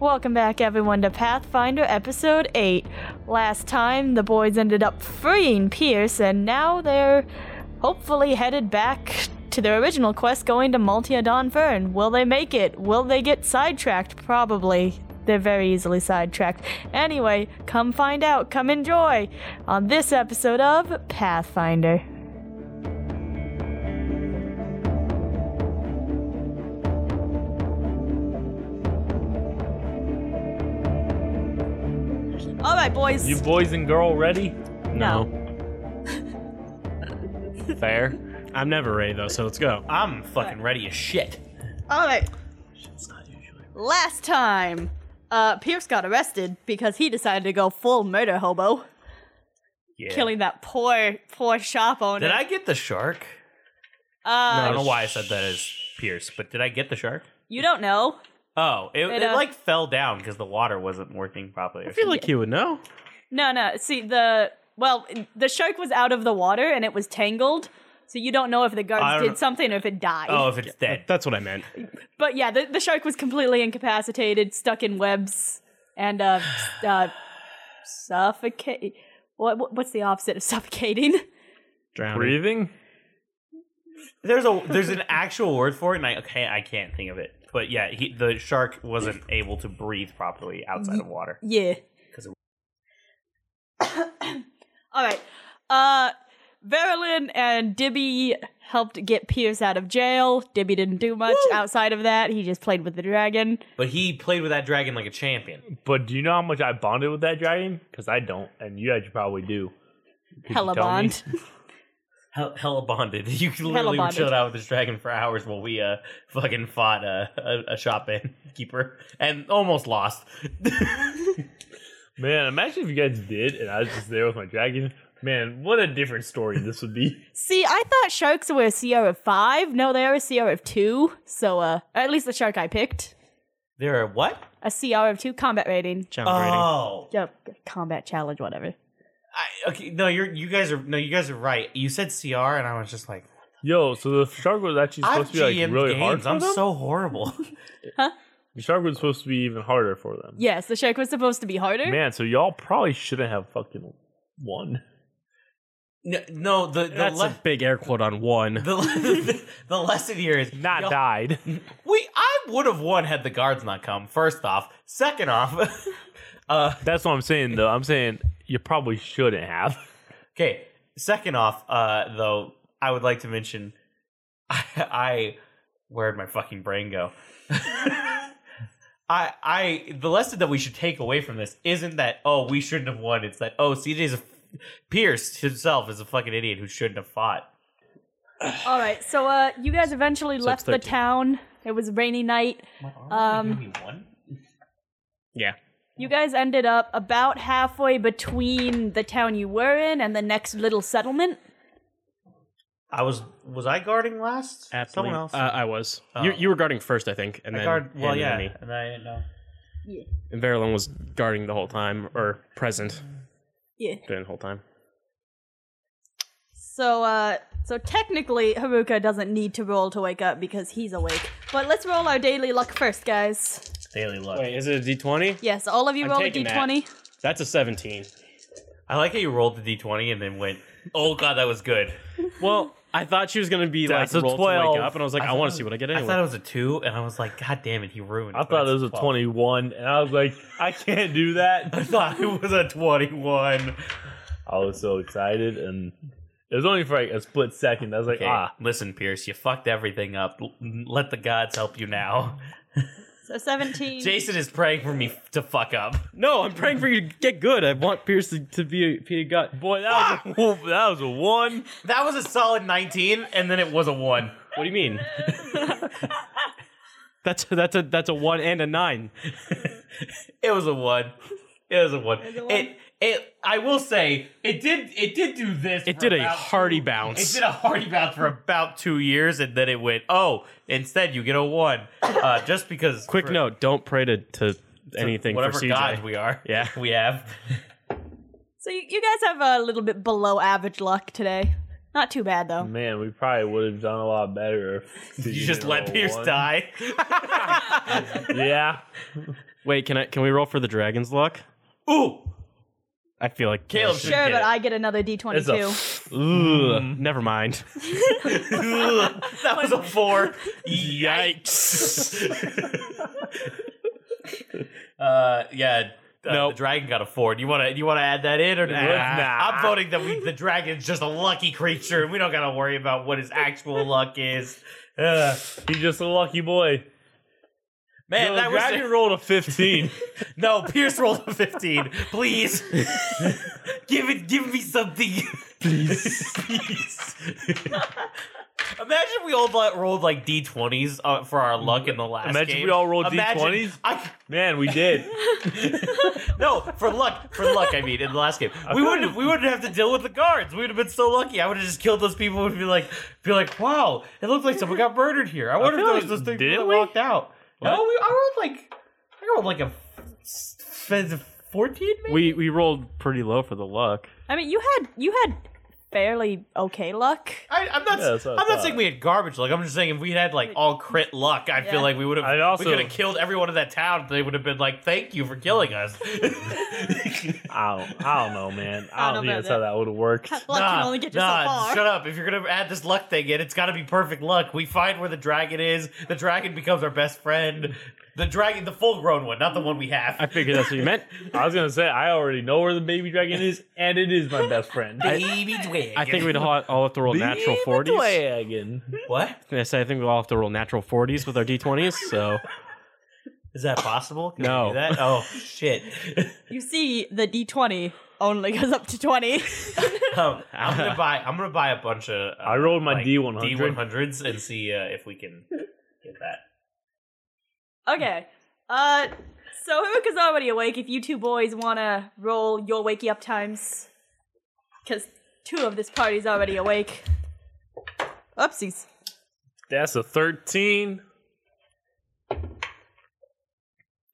Welcome back, everyone, to Pathfinder Episode 8. Last time, the boys ended up freeing Pierce, and now they're hopefully headed back to their original quest going to Multia Dawn Fern. Will they make it? Will they get sidetracked? Probably. They're very easily sidetracked. Anyway, come find out, come enjoy on this episode of Pathfinder. All right, boys. You boys and girl ready? No. Fair. I'm never ready though, so let's go. I'm fucking ready as shit. All right. Last time, uh, Pierce got arrested because he decided to go full murder hobo, Yeah. killing that poor, poor shop owner. Did I get the shark? Uh, I don't know why I said that as Pierce, but did I get the shark? You don't know. Oh, it, It, it, uh, like fell down because the water wasn't working properly. Or I feel like you would know. No, no. See, the well, the shark was out of the water and it was tangled, so you don't know if the I guards don't did know. something or if it died. something. oh, if it's dead. That's what I meant. But yeah, the, the shark was completely incapacitated, stuck in webs, and uh, uh suffocate. What, what- what's the opposite of suffocating? Drowning. Breathing? There's a there's an actual word for it, and I okay I can't think of it. But yeah, he, the shark wasn't able to breathe properly outside of water. Yeah. 'Cause it- All right. Uh, Verilyn and Dibby helped get Pierce out of jail. Dibby didn't do much outside of that. He just played with the dragon. But he played with that dragon like a champion. But do you know how much I bonded with that dragon? Because I don't, and you guys probably do. Could you Hella tell me? bond. Hell, hella bonded. You literally bonded. chilled out with this dragon for hours while we uh fucking fought uh, a a shop in keeper and almost lost. Man, imagine if you guys did, and I was just there with my dragon. Man, what a different story this would be. See, I thought sharks were a CR of five. No, they are a CR of two. So, uh, or at least the shark I picked. There are what? A CR of two combat rating. Challenge Oh, Yeah, combat challenge, whatever. I, okay. No, you're you guys are no, you guys are right. You said CR, and I was just like, Yo, so the shark was actually I've supposed to be like GM'd really hard games. for I'm them. so horrible. the shark was supposed to be even harder for them. Yes, the shark was supposed to be harder. Man, so y'all probably shouldn't have fucking won. no, no, the the, That's a le- big air quote on one. the, le- the lesson here is Not yo, died. We I would have won had the guards not come. First off, second off, uh, That's what I'm saying though. I'm saying you probably shouldn't have. Okay. Second off, uh, though, I would like to mention, I, I where'd my fucking brain go? I, I, the lesson that we should take away from this isn't that oh we shouldn't have won. It's that oh CJ's a, Pierce himself is a fucking idiot who shouldn't have fought. All right, so uh, you guys eventually So left it's the 13. town. It was a rainy night. Um, Yeah. You guys ended up about halfway between the town you were in and the next little settlement. I was was I guarding last? Absolutely. Someone else. Uh, I was. Oh. You, you were guarding first, I think, and I then guard. Well, handed yeah, to me. and I didn't know. And Verilyn was guarding the whole time, or present Yeah. during the whole time. So, uh, so technically, Haruka doesn't need to roll to wake up because he's awake. But let's roll our daily luck first, guys. Daily luck. Wait, is it a D twenty? Yes, all of you I'm roll a taking that. d20. That's a seventeen. I like how you rolled the d twenty and then went. Oh god, that was good. Well, I thought she was gonna be like That's a roll to 12. wake up, and I was like, I, thought want it- to see what I get I thought it anyway. was a two, and I was like, God damn it, he ruined. I it, but thought it was it's a 12. 21, and I was like, I can't do that. I thought it was a twenty-one. I was so excited, and it was only for like a split second. I was like, Okay, ah, listen, Pierce, you fucked everything up. L- Let the gods help you now. So 17. Jason is praying for me to fuck up. No, I'm praying for you to get good. I want Pierce to, to be a, be a gut. boy, that was, a, that was a one. That was a solid nineteen, and then it was a one. What do you mean? that's that's a that's a one and a nine. It was a one. It was a one. was a one. It it. I will say it did. It did do this. It for did a about hearty It bounce. did a hardy bounce for about two years, and then it went. Oh, instead you get a one, uh, just because. Quick for- note: Don't pray to, to anything for whatever CJ. god we are. Yeah. we have. So you, you guys have a little bit below average luck today. Not too bad, though. Man, we probably would have done a lot better. If You she just didn't let roll Pierce one. die. Yeah, Wait, can I? Can we roll for the dragon's luck? Ooh, I feel like Caleb should Sure, get but it. I get another D22. It's a Ugh, never mind. Ugh, that was a four. Yikes! Uh, yeah. Uh, Nope. The dragon got a four. Do you want to? You want to add that in or? Nah. I'm voting that we, the dragon's just a lucky creature, and we don't got to worry about what his actual luck is. Ugh. He's just a lucky boy. man, Yo, that was dragon rolled a fifteen. no. Pierce rolled a fifteen. Please, give it. Give me something. Please, please. Imagine we all like, rolled like d20s uh, for our luck in the last Imagine game. we all rolled Imagine- D20s? I, Man, we did. no, for luck, for luck. I mean, in the last game, we wouldn't have, we wouldn't have to deal with the guards. We would have been so lucky. I would have just killed those people. and be like, be like, wow, it looked like someone got murdered here. I wonder feel if there was like- those three did people that we? walked out. No, What? we, I rolled like I rolled like a f- f- fourteen. Maybe? we we rolled pretty low for the luck. I mean, you had you had fairly okay luck. I, I'm not. Yeah, that's what I I'm not thought. saying we had garbage luck. I'm just saying if we had like all crit luck, I Yeah. feel like we would I'd have. also- we could have killed everyone in that town. They would have been like, "Thank you for killing us." I don't, I don't know, man. I I don't don't, know think that's about how that would have worked. Luck can Nah, only get you nah, so far. Shut up. If you're going to add this luck thing in, it's got to be perfect luck. We find where the dragon is. The dragon becomes our best friend. The dragon, the full grown one, not the one we have. I figured that's what you meant. I was gonna say I already know where the baby dragon is, and it is my best friend. Baby twig. I think we'd all, all have to roll natural Baby forties. Dragon. What? I say I think we all have to roll natural forties with our d twenties. So Is that possible? Can we No. do that? Oh, shit. You see the D20 only goes up to 20. Um, I'm going to buy I'm gonna buy a bunch of. uh, I rolled my like, D100. D100s and see uh, if we can get that. okay. Uh, so Himika's already awake. If you two boys want to roll your wakey up times, because two of this party's already awake. Oopsies. That's a thirteen.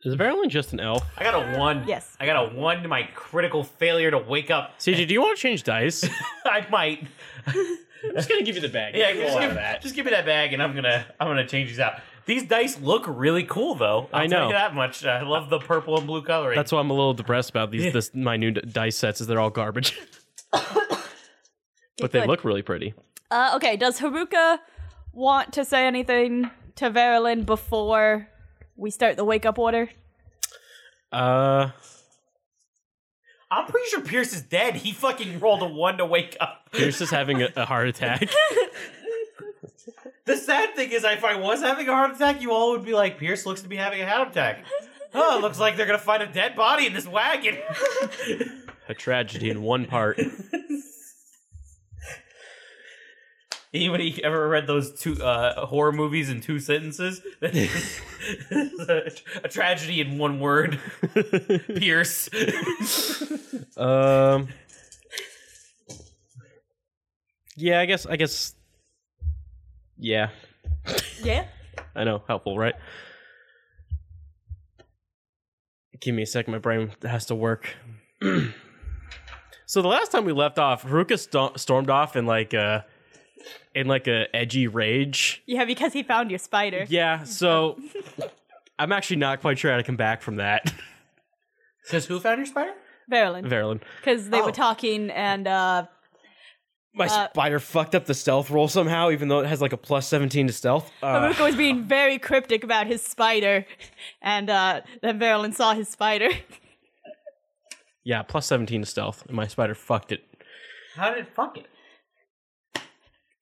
is Verilyn just an elf? I got a one. Yes. I got a one to my critical failure to wake up. CJ, do you want to change dice? I might. I'm just gonna give you the bag. Yeah, just give, just give me that bag, and I'm gonna I'm gonna change these out. These dice look really cool, though. I'll I tell know. you that much. I love the purple and blue coloring. That's why I'm a little depressed about these. Yeah. This my new d- dice sets is they're all garbage, but they Good. look really pretty. Uh, okay, does Haruka want to say anything to Verilyn before we start the wake up order? Uh, I'm pretty sure Pierce is dead. He fucking rolled a one to wake up. Pierce is having a, a heart attack. The sad thing is, if I was having a heart attack, you all would be like, Pierce looks to be having a heart attack. Oh, it looks like they're gonna find a dead body in this wagon. a tragedy in one part. Anybody ever read those two uh, horror movies in two sentences? a, a tragedy in one word. Pierce. Um. Yeah, I guess. I guess. Yeah, Yeah. I know. Helpful, right? Give me a second. My brain has to work. so the last time we left off, Haruka sto- stormed off in like a in like a edgy rage. Yeah, because he found your spider. Yeah. So I'm actually not quite sure how to come back from that, Says who found your spider? Verilyn. Verilyn. Because they Oh. were talking and, uh, My Uh, spider fucked up the stealth roll somehow, even though it has like a plus 17 to stealth. Uh, Haruka was being very cryptic about his spider, and uh, then Verilyn saw his spider. yeah, plus 17 to stealth. And my spider fucked it. How did fuck it?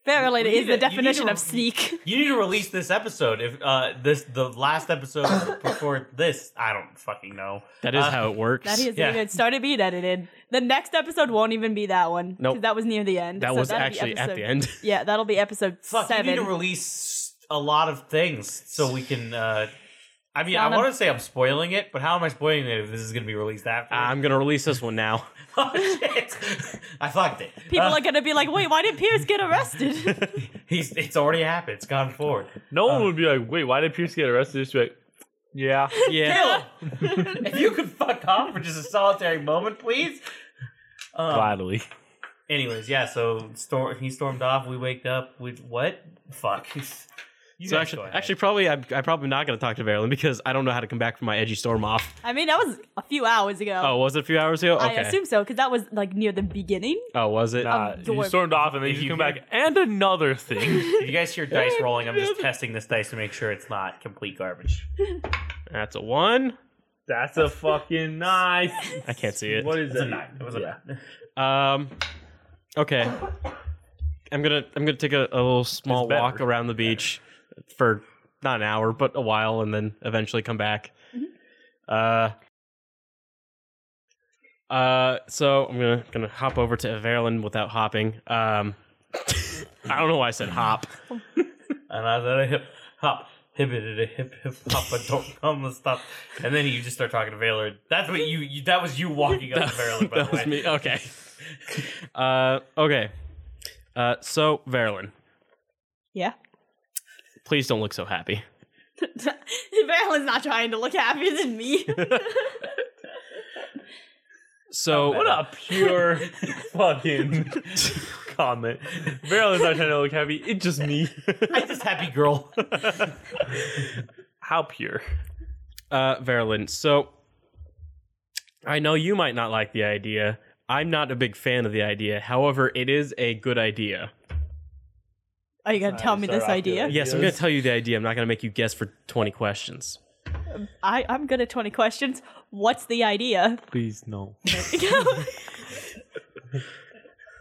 Verilyn You is need the to- you need definition to- of sneak. You need to release this episode if uh this the last episode before this. I don't fucking know. That is Uh, how it works. That isn't Yeah. even started being edited. The next episode won't even be that one. 'cause Nope. That was near the end. That so was that'll be actually at the episode- end. Yeah, that'll be episode Fuck, seven. you need to release a lot of things so we can. uh I mean, Not I a- want to say I'm spoiling it, but how am I spoiling it if this is going to be released after? I'm going to release this one now. oh, shit. I fucked it. People Uh, are gonna be like, "Wait, why did Pierce get arrested?" he's, it's already happened. It's gone forward. No one would be like, "Wait, why did Pierce get arrested?" Just be like, Uh. "Yeah." Yeah. Caleb, if you could fuck off for just a solitary moment, please. Um, Gladly. Anyways, yeah. So storm, he stormed off. We waked up. We what? Fuck. You so guys actually, go ahead. actually, probably I'm, I'm probably not going to talk to Valen because I don't know how to come back from my edgy storm off. I mean, that was a few hours ago. Oh, was it a few hours ago? I Okay. assume so because that was like near the beginning. oh, was it? Nah, you door- stormed off and then If you you come hear- back. And another thing. if you guys hear dice rolling, I'm just testing this dice to make sure it's not complete garbage. That's a one. That's a fucking nice. I can't see it. What is It's a that? nine. It was a Yeah. nine. Um. Okay. I'm gonna I'm gonna take a, a little small It's better. walk around the beach for not an hour, but a while, and then eventually come back. Uh. Uh. So I'm gonna gonna hop over to Everland without hopping. Um. I don't know why I said hop. And I said, hip hop, hip hip hip hip hop, but don't come and stop. And then you just start talking to Valor. That's what you, you that was you walking up to Valor, by that the way. was me. Okay. Uh. Okay. Uh. So Verlin, Yeah. please don't look so happy. Valen's not trying to look happier than me. So What a pure fucking comment. Verilyn's not trying to look happy. It's just me. I'm just happy girl. How pure. uh, Verilyn, so I know you might not like the idea. I'm not a big fan of the idea. However, it is a good idea. Are you gonna tell me sorry, this I feel idea? like- Yes, I'm going to Yes. tell you the idea. I'm not going to make you guess for 20 questions. I, I'm good at 20 questions. What's the idea? Please no.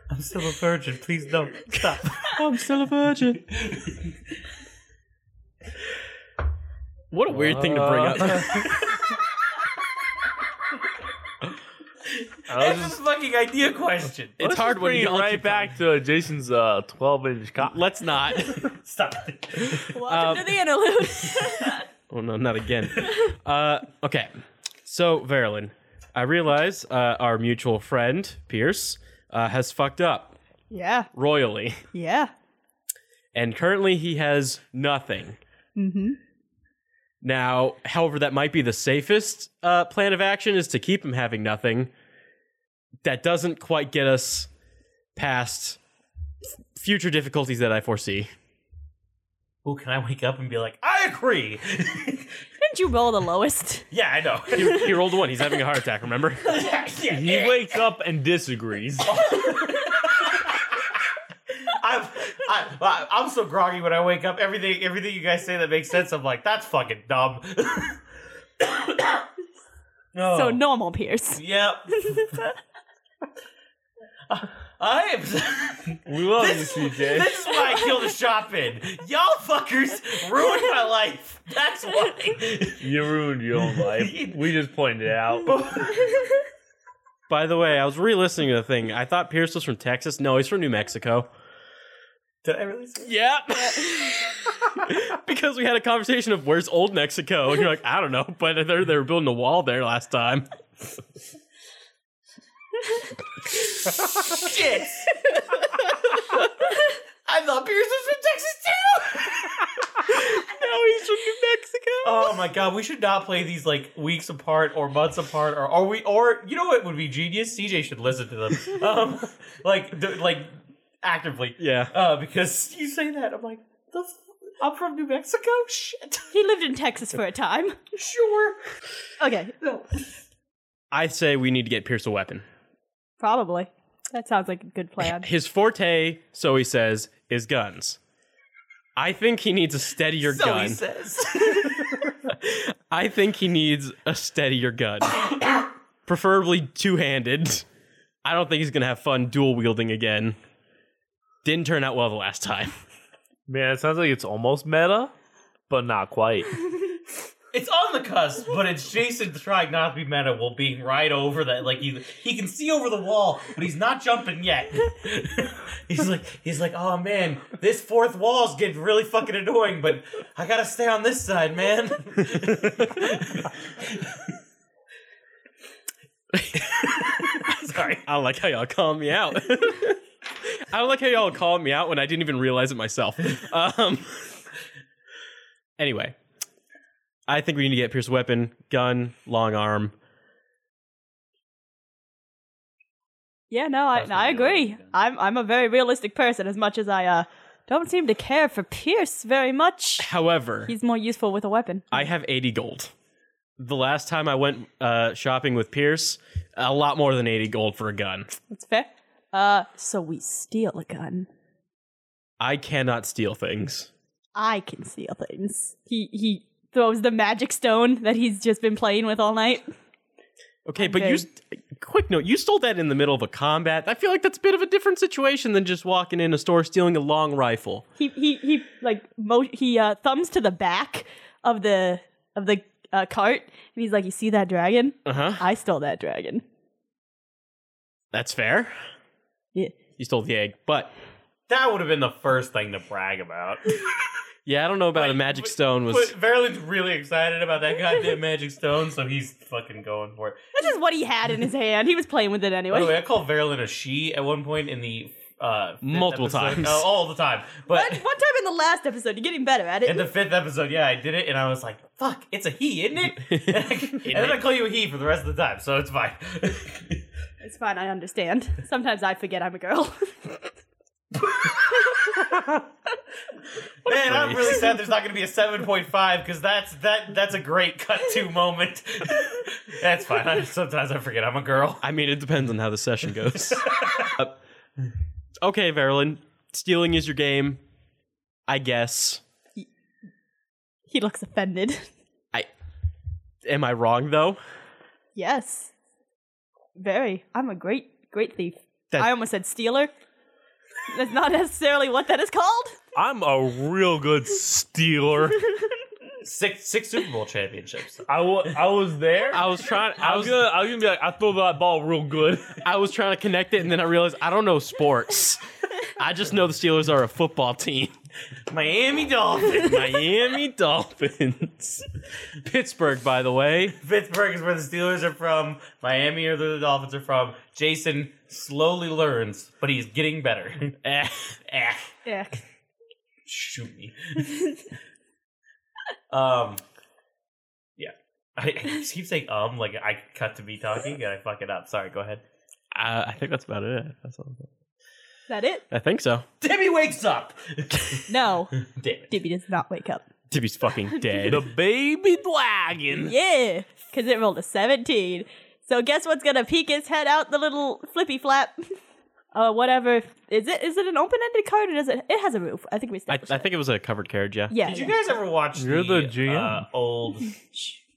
I'm still a virgin. Please don't stop. I'm still a virgin. What a weird thing to bring up. I was That's just, a fucking idea question. It's let's hard just when bring you it all right keep talking. back to Jason's uh, 12 inch cock. Let's not. Stop. Welcome to the interlude. Oh no, not again. uh, okay, so Verilyn, I realize uh, our mutual friend Pierce uh, has fucked up yeah, royally. yeah. and currently he has nothing. Mm-hmm. Now, however, that might be the safest uh, plan of action is to keep him having nothing. That doesn't quite get us past f- future difficulties that I foresee. Ooh, can I wake up and be like, I agree? Didn't you roll the lowest? yeah, I know. He, he rolled one. He's having a heart attack. Remember? yeah, yeah. He wakes up and disagrees. I'm, I, I- I'm so groggy when I wake up. Everything, everything you guys say that makes sense, I'm like, that's fucking dumb. no. So normal Pierce. Oh. Yep. I am. we love This, you, CJ. this is why I killed a shop in. Y'all fuckers ruined my life. That's why. You ruined your own life. We just pointed it out. By the way, I was re-listening to the thing. I thought Pierce was from Texas. No, he's from New Mexico. Did I really say Yep. because we had a conversation of where's old Mexico, and you're like, I don't know, but they're they were building a wall there last time. shit? I thought Pierce was from Texas too. now he's from New Mexico. Oh my god, we should not play these like weeks apart or months apart or are we or you know what would be genius? CJ should listen to them. Um like d- like actively. Yeah. Uh because you say that I'm like the f- I'm from New Mexico? Shit. He lived in Texas for a time. Sure. Okay, I say we need to get Pierce a weapon. probably. That sounds like a good plan. His forte, so he says, is guns. I think he needs a steadier So gun. he says. I think he needs a steadier gun. Preferably two handed. I don't think he's going to have fun dual wielding again. Didn't turn out well the last time. Man, it sounds like it's almost meta, but not quite. it's on the cusp, but it's Jason trying not to be meta while being right over that. Like he he can see over the wall, but he's not jumping yet. he's like he's like, oh man, this fourth wall's getting really fucking annoying, but I gotta stay on this side, man. Sorry. I don't like how y'all call me out. I don't like how y'all called me out when I didn't even realize it myself. Um, anyway, I think we need to get Pierce a weapon, gun, long arm. Yeah, no, I, That's I what we agree. like, yeah. I'm I'm a very realistic person, as much as I uh Don't seem to care for Pierce very much. However, He's more useful with a weapon. I have 80 gold. The last time I went uh, shopping with Pierce, a lot more than 80 gold for a gun. That's fair. Uh, so we steal a gun. I cannot steal things. I can steal things. He he throws the magic stone that he's just been playing with all night. Okay, but you. St- quick note: you stole that in the middle of a combat. I feel like that's a bit of a different situation than just walking in a store stealing a long rifle. He he he like mo- he uh, thumbs to the back of the of the uh, cart and he's like, "You see that dragon? Uh Uh-huh. huh. I stole that dragon." That's fair. Yeah. You stole the egg, but That would have been the first thing to brag about. yeah, I don't know about a magic but- stone. Was But Verlin's really excited about that goddamn magic stone, so he's fucking going for it. That's just what he had in his hand. He was playing with it By the way, anyway. I called Verlin a she at one point in the uh, fifth Multiple episode. times. Uh, all the time. But But one time in the last episode, you're getting better at it. in the fifth episode, yeah, I did it, and I was like, "Fuck, it's a he, isn't it?" and then I call you a he for the rest of the time, so it's fine. It's fine, I understand. Sometimes I forget I'm a girl. Man, I'm really sad there's not going to be a 7.5 because that's that that's a great cut to moment. that's fine. I, sometimes I forget I'm a girl. I mean, it depends on how the session goes. Uh, okay, Verlin, stealing is your game, I guess. he looks offended. Am I wrong though? Yes. Very. I'm a great, great thief. That- I almost said stealer. That's not necessarily what that is called. I'm a real good stealer. Six six Super Bowl championships. I wa- I was there. I was trying. I I was. was gonna, I was gonna be like, I throw that ball real good. I was trying to connect it, and then I realized I don't know sports. I just know the Steelers are a football team. Miami Dolphins. Miami Dolphins. Pittsburgh, by the way. Pittsburgh is where the Steelers are from. Miami are where the Dolphins are from. Jason slowly learns, but he's getting better. Eh. Ah, Yeah. shoot me. um, yeah. I, I just keep saying um, like I cut to me talking and I fuck it up. Sorry, go ahead. Uh, I think that's about it. That's all. That it? I think so. Timmy wakes up. No. Damn it. Dibby does not wake up. Tibby's fucking dead. The baby dragon. Yeah. Cause it rolled a 17. So guess what's gonna peek his head out the little flippy flap? Uh, whatever. Is it is it an open ended card or does it it has a roof? I think we I, established I think it was a covered carriage. Yeah. that. Yeah. Did you yeah. guys ever watch You're the the, GM. uh, old?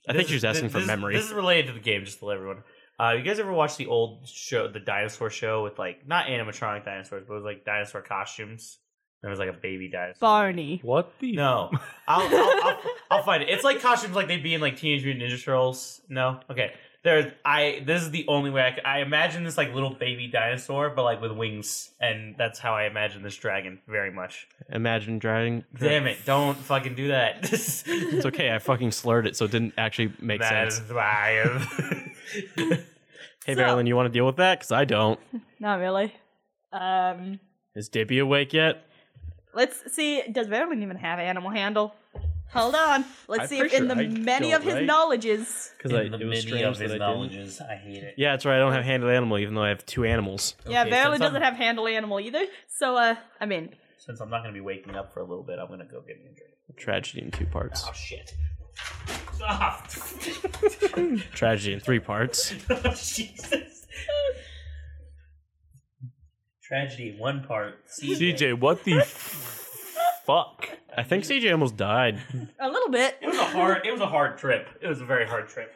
I think she was asking for this, memory. This is related to the game, just to let everyone. Uh, you guys ever watch the old show, the dinosaur show with like not animatronic dinosaurs, but with like dinosaur costumes? There was like a baby dinosaur. Barney. What the? No, I'll, I'll, I'll, I'll find it. It's like costumes like they'd be in like Teenage Mutant Ninja Turtles. No, okay. There's I. This is the only way I can. I imagine this like little baby dinosaur, but like with wings, and that's how I imagine this dragon very much. Imagine driving. Damn it! Don't fucking do that. This It's okay. I fucking slurred it, so it didn't actually make that sense. is why. Hey, Marilyn, you want to deal with that? Because I don't. Not really. Um Is Dibby awake yet? Let's see. Does Verlin even have animal handle? Hold on. Let's I'm see if pretty in the sure I many don't, of his right? knowledges. Because I it was strange that I didn't. knowledges, I hate it. Yeah, that's right. I don't have handled animal, even though I have two animals. yeah, Okay, since Verlin I'm- doesn't have handle animal either. So, uh, I mean, Since I'm not going to be waking up for a little bit, I'm going to go get me a drink. Tragedy in two parts. Oh shit! Ah, Tragedy in three parts. Oh, Jesus! Tragedy, one part. CJ. CJ, what the fuck? I think CJ almost died. a little bit. It was a hard. It was a hard trip. It was a very hard trip.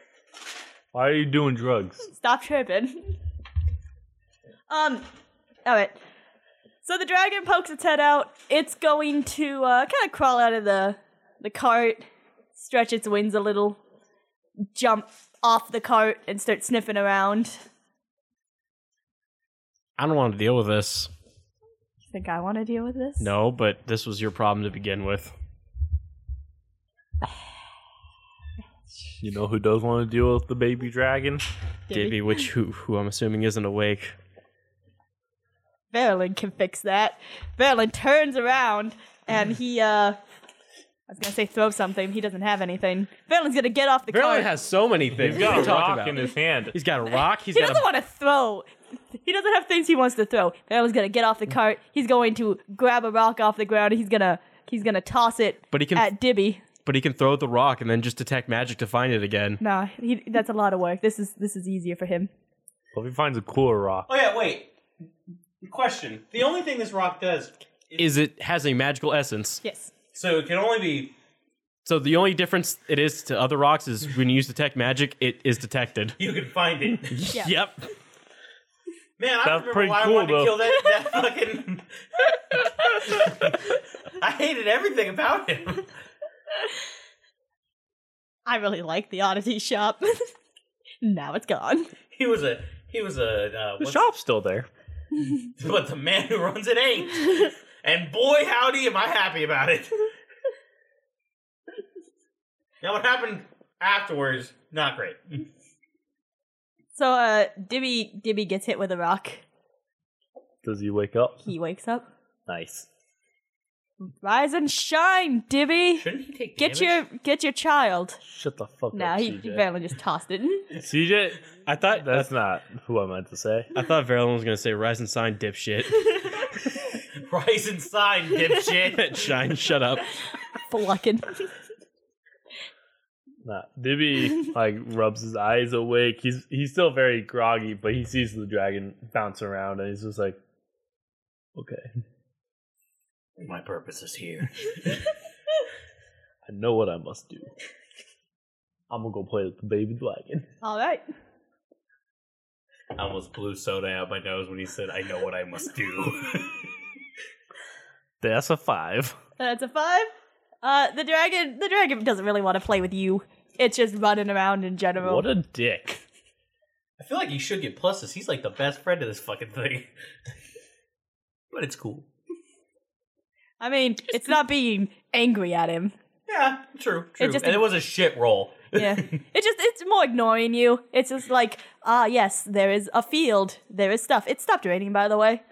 Why are you doing drugs? Stop tripping. Um, all right. So the dragon pokes its head out. It's going to uh, kind of crawl out of the the cart, stretch its wings a little, jump off the cart, and start sniffing around. I don't want to deal with this. You think I want to deal with this? No, but this was your problem to begin with. You know who does want to deal with the baby dragon? Dibby. Davey, which who, who I'm assuming isn't awake. Verlin can fix that. Verlin turns around and he, uh, I was gonna say throw something. He doesn't have anything. Verlin's gonna get off the cart. has so many things. He's got a rock in his hand. He's got a rock. He's he got doesn't a want to throw. he doesn't have things he wants to throw. Barrel's gonna get off the cart. He's going to grab a rock off the ground. He's gonna he's gonna toss it. But he can- at Dibby. But he can throw the rock and then just detect magic to find it again. Nah, he, that's a lot of work. This is this is easier for him. Well, if he finds a cooler rock. Oh yeah, wait. Question: The only thing this rock does, Is it has a magical essence? Yes. so it can only be. So the only difference it is to other rocks is when you use detect magic, it is detected. You can find it. Yeah. Yep. Man, I That's remember pretty why cool, I wanted though. to kill that, that fucking. I hated everything about him. I really like the Oddity Shop. now it's gone. He was a he was a uh, The what's- shop's still there. but the man who runs it ain't. and boy, howdy, am I happy about it. now, what happened afterwards? Not great. So uh, Dibby Dibby gets hit with a rock. Does he wake up? He wakes up. Nice. Rise and shine, Dibby. Shouldn't he take Get damage? your get your child. Shut the fuck No, up, he, he CJ. barely just tossed it. CJ, I thought That's not who I meant to say. I thought Verilyn was gonna say rise and sign dipshit. rise and sign, dipshit. Shine, shut up. Flucking. Nah, Dibby like rubs his eyes awake. He's he's still very groggy, but he sees the dragon bounce around, and he's just like, "Okay, My purpose is here. I know what I must do. I'm gonna go play with the baby dragon." All right. I almost blew soda out my nose when he said, "I know what I must do." That's a five. That's a five. Uh, the dragon, the dragon doesn't really want to play with you. It's just running around in general. What a dick. I feel like he should get pluses. He's like the best friend of this fucking thing. but it's cool. I mean, it's not being angry at him. Yeah, true, true. just- and it was a shit roll. Yeah, it just it's more ignoring you. It's just like, ah, yes, there is a field, there is stuff. It stopped raining, by the way.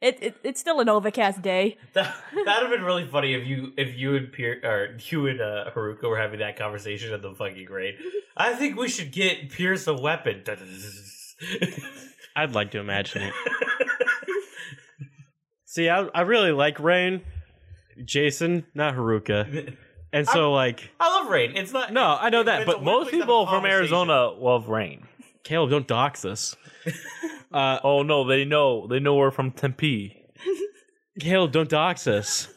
It, it it's still an overcast day. That would have been really funny if you if you and Pier, or you and uh, Haruka were having that conversation at the fucking grade. I think we should get Pierce a weapon. I'd like to imagine it. See, I, I really like Rain, Jason, not Haruka, and so like I love rain. It's not no, I know that, It's but a weird Most place to have people a from conversation. Arizona love rain. Caleb, don't dox us. Uh, Oh no, they know they know we're from Tempe. Caleb, don't dox us.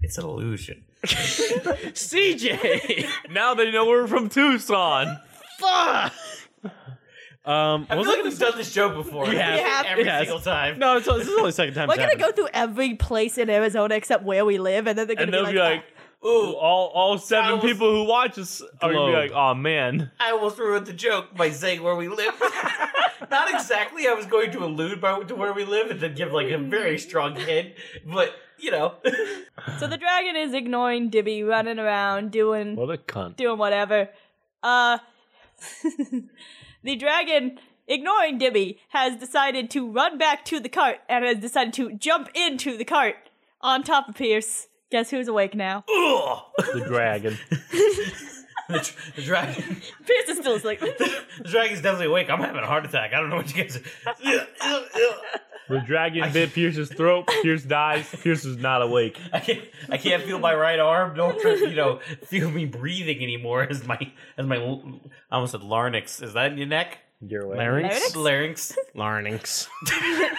It's an illusion. CJ, Now they know we're from Tucson. fuck. Um, I what was feel like we've done this joke before. We have. have every It has. single time. No, it's, this is only the second time. We're it's gonna happened. go through every place in Arizona except where we live, and then they're gonna And they'll be, be like, ooh, all all seven was- people who watch us are gonna be Globe. like, oh man. I almost ruined the joke by saying where we live. Not exactly. I was going to allude by, to where we live and then give like a very strong hint, but you know, "Ah." so the dragon is ignoring Dibby, running around, doing What a cunt. doing whatever. Uh, the dragon, ignoring Dibby, has decided to run back to the cart and has decided to jump into the cart on top of Pierce. Guess who's awake now? Ugh. The dragon. the, dr- the dragon. Pierce is still asleep. The dragon's definitely awake. I'm having a heart attack. I don't know what you guys. The dragon bit Pierce's throat. Pierce dies. Pierce is not awake. I can't. I can't feel my right arm. Don't try- you know? Feel me breathing anymore. As my as my I almost said larynx. Is that in your neck? Your way. larynx, Larynx? Larynx. larynx,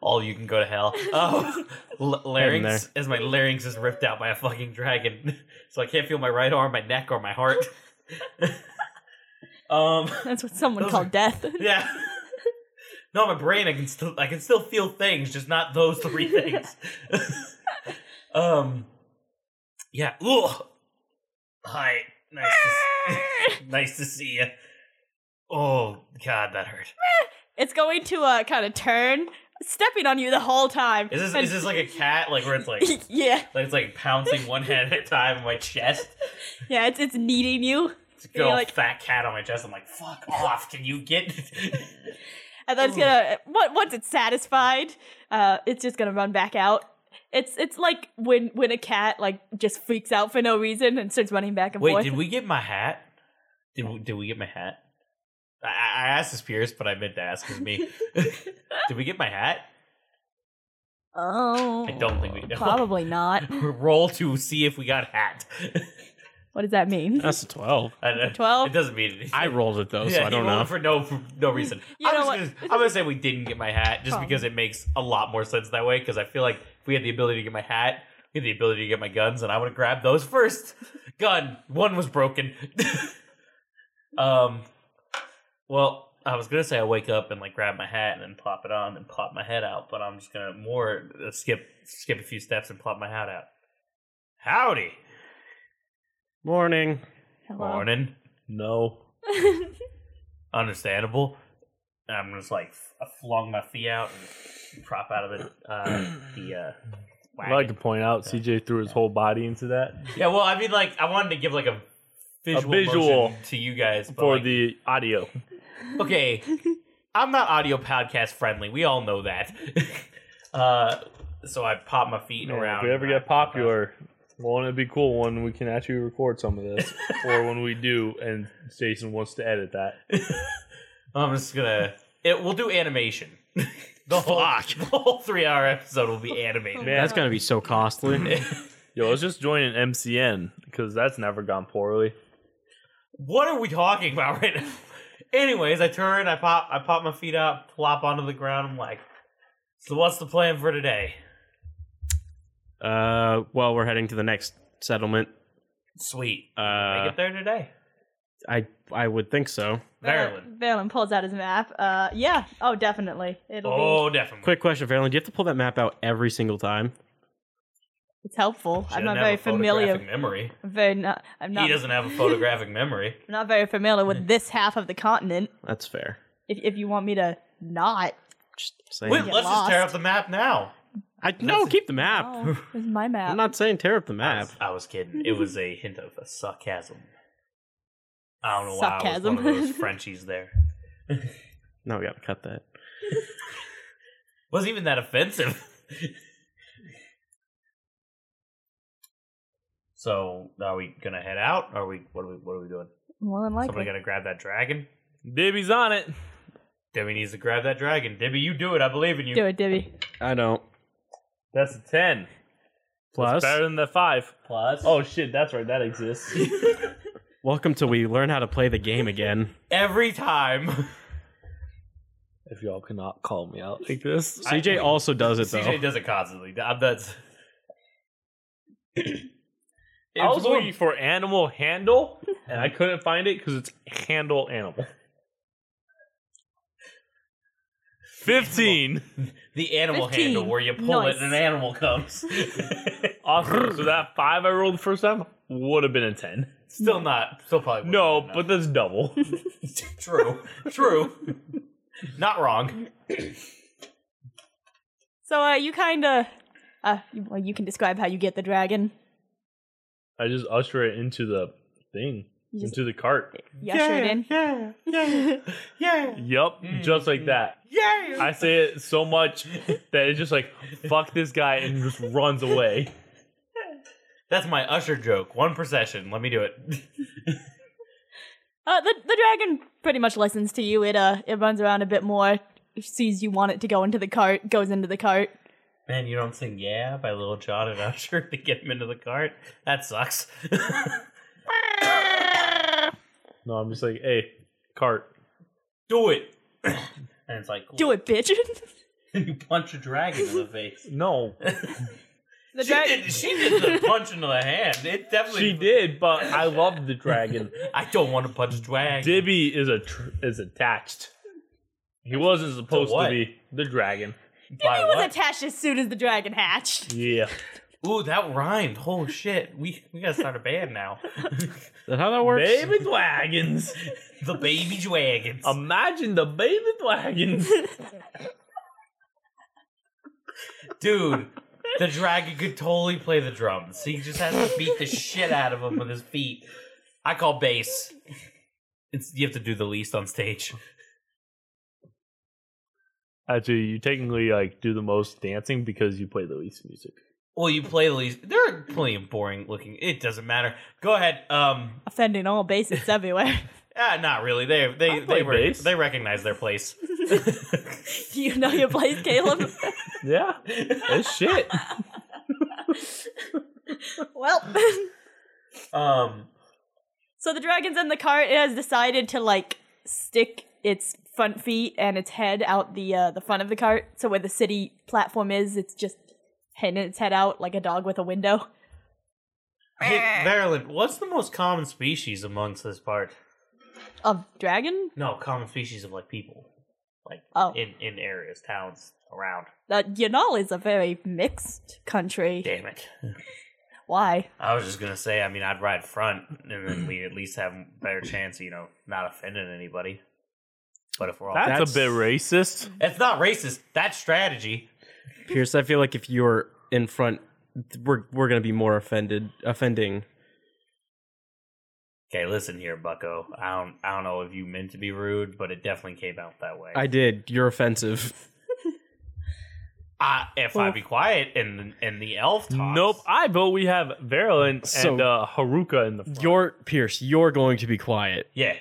All you can go to hell. Oh, l- Heading there. larynx. As my larynx is ripped out by a fucking dragon, so I can't feel my right arm, my neck, or my heart. um. That's what someone Those called are- death. Yeah. No, my brain. I can still. I can still feel things, just not those three things. um. Yeah. Ooh. Hi. Nice. To, s- nice to see you. Oh God, that hurt. it's going to uh, kind of turn, stepping on you the whole time. Is this And- is this like a cat? Like where it's like, like yeah, it's like pouncing one hand at a time on my chest. yeah, it's it's kneading you, It's a good You're old like- fat cat on my chest. I'm like, fuck off. Can you get? and then it's gonna on- once it's satisfied, uh, it's just gonna run back out. It's it's like when when a cat like just freaks out for no reason and starts running back and Wait, forth. did we get my hat? Did we, did we get my hat? I, I asked this Pierce, but I meant to ask his me. Did we get my hat? Oh. I don't think we know. Probably not. Roll to see if we got hat. What does that mean? That's a 12. I don't- Twelve? Uh, It doesn't mean anything. I rolled it though, Oh, so Yeah, I he don't rolled know. for no for no reason. You I'm, know just what? Gonna, I'm gonna say we didn't get my hat just Problem. because it makes a lot more sense that way. Because I feel like if we had the ability to get my hat, we had the ability to get my guns, and I would have grabbed those first. Gun one was broken. um, well, I was gonna say I wake up and like grab my hat and then plop it on and pop my head out, but I'm just gonna more uh, skip skip a few steps and plop my hat out. Howdy, Morning. Hello. morning. No. understandable. And I'm just like I flung my feet out and prop out of it. Uh, the uh, I'd like to wagon. point out CJ threw his whole body into that yeah. Well, I mean, like I wanted to give like a visual, visual motion to you guys but, for like, the audio. okay. I'm not audio podcast friendly. We all know that. uh, so I pop my feet Man, around. if we ever and I get pop out. popular, won't it be cool when we can actually record some of this, or when we do and Jason wants to edit that? I'm just gonna. It. We'll do animation. The whole, the whole three hour episode will be animated. Man. That's gonna be so costly. Yo, let's just join an MCN because that's never gone poorly. what are we talking about right now? Anyways, I turn, I pop, I pop my feet up, plop onto the ground. I'm like, so what's the plan for today? uh, well, we're heading to the next settlement. Sweet. I Uh, get there today. I I would think so. Maryland. Valen pulls out his map. Uh, yeah. Oh, definitely. It'll be. Oh, definitely. Quick question, Fairlin. Do you have to pull that map out every single time? It's helpful. She I'm not doesn't have very a familiar. photographic Memory. I'm very not. I'm not. He doesn't have a photographic memory. I'm not very familiar with this half of the continent. That's fair. If if you want me to not. Just saying. Wait, get let's just tear lost. up the map now. I no, keep the map. Oh, this is my map. I'm not saying tear up the I map. was, I was kidding. It was a hint of a sarcasm. I don't know why I was one of Sarcasm. those Frenchies there. No, we gotta cut that. Wasn't even that offensive. so are we gonna head out? Are we what are we what are we doing? More than likely. Somebody gotta grab that dragon? Dibby's on it. Debbie needs to grab that dragon. Debbie, you do it, I believe in you. Do it, Dibby. I don't. That's a ten. Plus, That's better than the five. Plus Oh shit, that's right. That exists. welcome to we learn how to play the game again. every time if y'all cannot call me out like this, CJ also does it though. CJ does it constantly. I'm- That's I was looking for animal handle and I couldn't find it because it's handle animal. Fifteen. the animal 15. handle where you pull Nice. it and an animal comes. Awesome. So that five I rolled the first time would have been a ten. still not still probably wouldn't No, be enough. but that's double. true. True. not wrong. So uh, you kind of. Uh, you- well, you can describe how you get the dragon. I just usher it into the thing, You just into the cart. yeah, sure it in. Yeah, yeah, yeah, Yup, just like that. yeah. I say it so much that it's just like fuck this guy and just runs away. That's my Usher joke. One per session. Let me do it. Uh, the the dragon pretty much listens to you. It uh it runs around a bit more, sees you want it to go into the cart, goes into the cart. Man, you don't sing "Yeah" by Lil Jon and Usher to get him into the cart. That sucks. No, I'm just like, hey, cart. do it. and it's like, Do it, bitch. And you punch a dragon in the face. No, the she, dragon. did, she did the punch into the hand. It definitely. she did, but I love the dragon. I don't want to punch a dragon. Dibby is a tr- is attached. He wasn't supposed to, what? be the dragon. By He was what? attached as soon as the dragon hatched. Yeah, Ooh, that rhymed. Holy shit. We we gotta start a band now. Is that how that works? baby dragons. the baby dragons. Imagine the baby dragons. Dude, the dragon could totally play the drums. He just has to beat the shit out of him with his feet. I call bass. It's, you have to do the least on stage. Actually, you technically like do the most dancing because you play the least music. Well, you play the least. There are plenty of boring looking. It doesn't matter. Go ahead. Um, Offending all bases everywhere. Ah, not really. They they I they play were bass. they recognize their place. Do you know your place, Caleb? Yeah, that's shit. well, Um, so the dragon's in the cart. It has decided to like stick its front feet and its head out the uh, the front of the cart. So where the city platform is, it's just heading its head out like a dog with a window. hey, Marilyn, what's the most common species amongst this part? Of dragon? No, common species of like people, like Oh, in in areas, towns around. uh, Yanal is a very mixed country. Damn it! Why? I was just gonna say. I mean, I'd ride front, and then we would at least have a better chance, of, you know, not offending anybody. But if we're all That's, That's- a bit racist. It's not racist. That's strategy. Pierce, I feel like if you're in front, we're we're gonna be more offended, offending. Okay, listen here, Bucko. I don't, I don't know if you meant to be rude, but it definitely came out that way. I did. You're offensive. I, if I be quiet and and the elf talks, Nope. I vote we have Verilyn So- and uh, Haruka in the front. You're Pierce. You're going to be quiet. Yeah,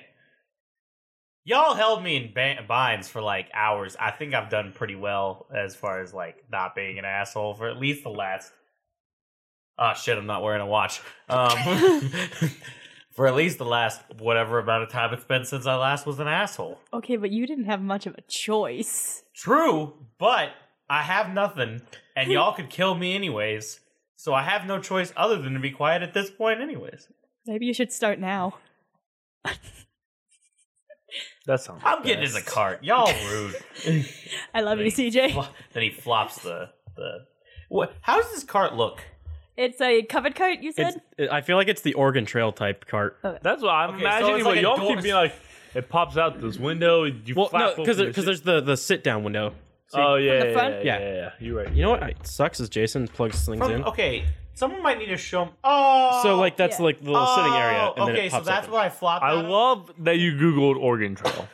y'all held me in ban- binds for like hours. I think I've done pretty well as far as like not being an asshole for at least the last. Ah, shit! I'm not wearing a watch. Um, for at least the last whatever amount of time it's been since I last was an asshole. Okay, but you didn't have much of a choice. True, but I have nothing, and y'all could kill me anyways. So I have no choice other than to be quiet at this point, anyways. Maybe you should start now. that sounds. I'm getting in the cart. Y'all rude. I love you, Thanks. CJ. Flo- then he flops the the. What? How does this cart look? It's a covered cart, you said? It's, I feel like it's the Oregon Trail type cart. That's what I'm Okay, so imagining. it's but like a y'all door- keep being like, it pops out this window. You Well, flap no, because open the shit. there's the the sit down window. oh yeah, the yeah, front? yeah, Yeah. yeah, yeah. You're right. You know what it sucks is Jason plugs things From- in. okay, someone might need to show. Oh, So like that's yeah. like the little sitting area, oh, and okay, then it pops so that's open. what I flopped. I Um, out of? love that you googled Oregon Trail.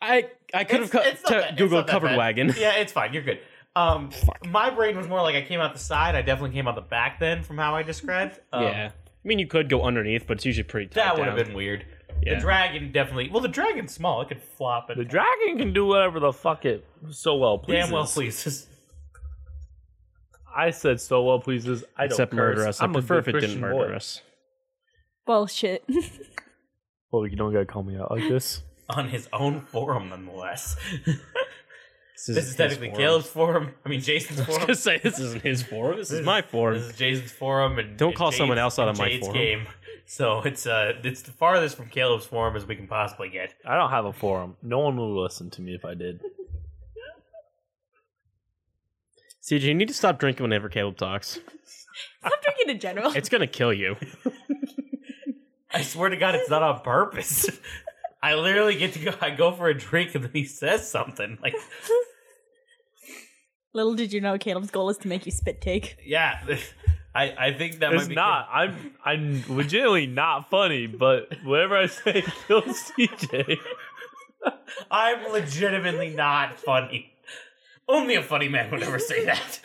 I I could have It's- it's not co- bad. t- It's Google not that covered bad. wagon. Yeah, it's fine. You're good. Um, my brain was more like I came out the side. I definitely came out the back then, from how I described. Um, yeah, I mean you could go underneath, but it's usually pretty. tight That would have down. been weird. Yeah. The dragon definitely. Well, the dragon's small. It could flop it. The dragon can do whatever the fuck it so well pleases. damn well pleases. I said so well pleases. I don't except murder curse. us. I I'm a good prefer if it Christian didn't murder boy. us. Bullshit. Well, you don't gotta call me out like this. On his own forum, nonetheless. is this is his technically forum. Caleb's forum. I mean, Jason's I was forum. gonna say this isn't his forum. This, is my forum. This is Jason's forum, and Don't and call someone Jade's- else out and on my Jade's forum. game. So it's uh, it's the farthest from Caleb's forum as we can possibly get. I don't have a forum. No one will listen to me if I did. CJ, you need to stop drinking whenever Caleb talks. Stop drinking in general. It's gonna kill you. I swear to God, it's not on purpose. I literally get to go. I go for a drink, and then he says something like, Little did you know Caleb's goal is to make you spit take. "Yeah." I, I think that might It's be not. I'm I'm legitimately not funny, but whatever I say kills CJ. I'm legitimately not funny. Only a funny man would ever say that.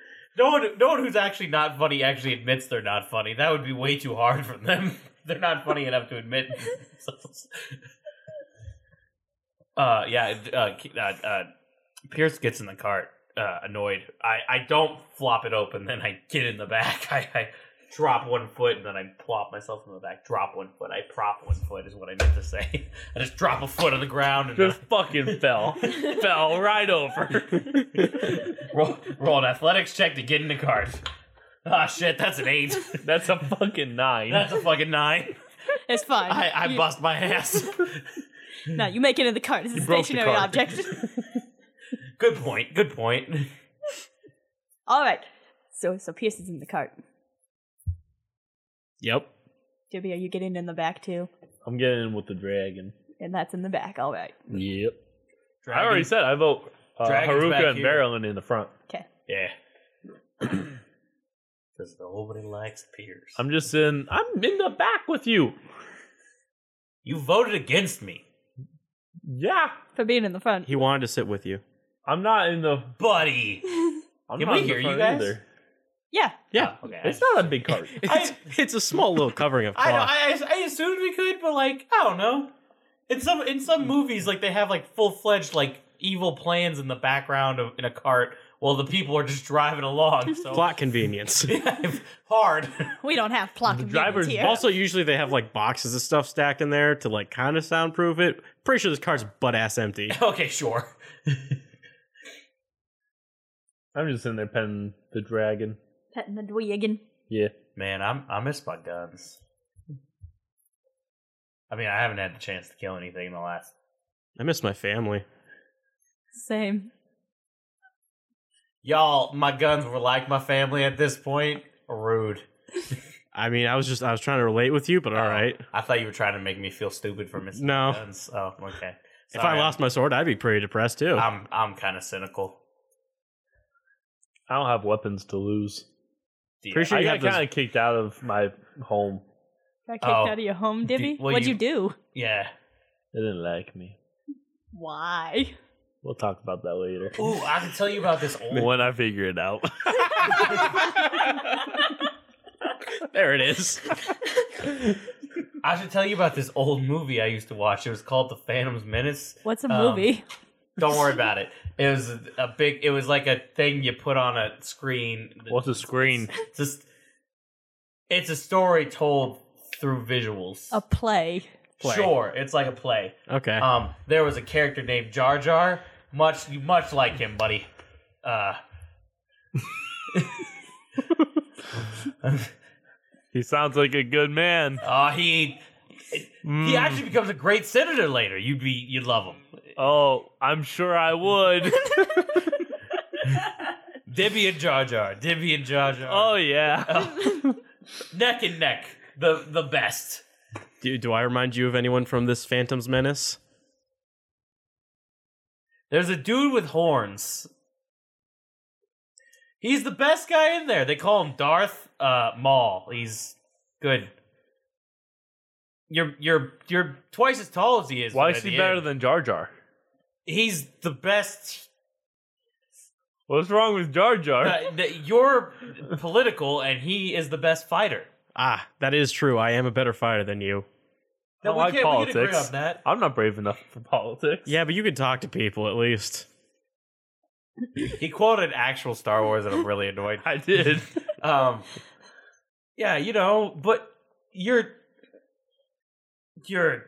no one, no one who's actually not funny actually admits they're not funny. That would be way too hard for them. They're not funny enough to admit. themselves. uh, yeah. Uh, uh, uh, Pierce gets in the cart, uh, annoyed. I, I don't flop it open. Then I get in the back. I, I drop one foot and then I plop myself in the back. Drop one foot. I prop one foot is what I meant to say. I just drop a foot on the ground and then Just fucking fell. fell right over. roll, roll an athletics check to get in the cart. Ah, shit, that's an eight. That's a fucking nine. That's a fucking nine. It's fine. I, I you, bust my ass. No, you make it in the cart. It's a broke the stationary cart. object. Good point. Good point. All right. So, so Pierce is in the cart. Yep. Jibby, are you getting in the back too? I'm getting in with the dragon. And that's in the back. All right. Yep. I Dragon- already said I vote uh, Dragon's back Haruka and here. Marilyn in the front. Okay. Yeah. Because nobody likes Pierce. I'm just in. I'm in the back with you. you voted against me, Yeah. For being in the front. He wanted to sit with you. I'm not in the. buddy. I'm Can not we in the hear you front guys? Either. Yeah. Yeah. Okay. I It's not a big cart. It's, it's a small little covering of I know. cloth. I, I just assumed we could, but like I don't know. In some in some movies, like they have like full fledged like evil plans in the background of in a cart while the people are just driving along. So Plot convenience. hard. We don't have plot The convenience driver's here. Also, usually they have like boxes of stuff stacked in there to like kind of soundproof it. Pretty sure this car's butt ass empty. okay, sure. I'm just in there petting the dragon. Petting the Dweegan. Yeah. Man, I'm I miss my guns. I mean, I haven't had the chance to kill anything in the last. I miss my family. Same. Y'all, my guns were like my family at this point. Rude. I mean, I was just I was trying to relate with you, but all right. I thought you were trying to make me feel stupid for missing No. my guns. Oh, okay. If I lost my sword, I'd be pretty depressed too. I'm I'm kind of cynical. I don't have weapons to lose. Yeah. Pretty sure I you got have those- kind of kicked out of my home. Got kicked Oh. out of your home, Dibby. well, What'd you- you do? Yeah. They didn't like me. Why? We'll talk about that later. Ooh, I can tell you about this old. I figure it out. there it is. I should tell you about this old movie I used to watch. It was called The Phantom's Menace. What's a Um, movie? Don't worry about it. It was a, a big. It was like a thing you put on a screen. What's a screen? It's just. It's a story told through visuals. A play. play. Sure, it's like a play. Okay. Um, there was a character named Jar Jar, much much like him, buddy. Uh, He sounds like a good man. oh, he he Mm. actually becomes a great senator later. You'd be you'd love him. Oh, I'm sure I would. Dibby and Jar Jar, Dibby and Jar Jar, oh yeah. neck and neck, the the best. do, do I remind you of anyone from this Phantom's Menace? There's a dude with horns. He's the best guy in there. They call him Darth uh, Maul. He's good. You're you're you're twice as tall as he is. Why at is he the better end. than Jar Jar? He's the best. What's wrong with Jar Jar? Uh, th- you're political, and he is the best fighter. Ah, that is true. I am a better fighter than you. I don't we like can't- we can agree politics. on that. I'm not brave enough for politics. Yeah, but you can talk to people at least. He quoted actual Star Wars, and I'm really annoyed. I did. Um, yeah, you know, but you're you're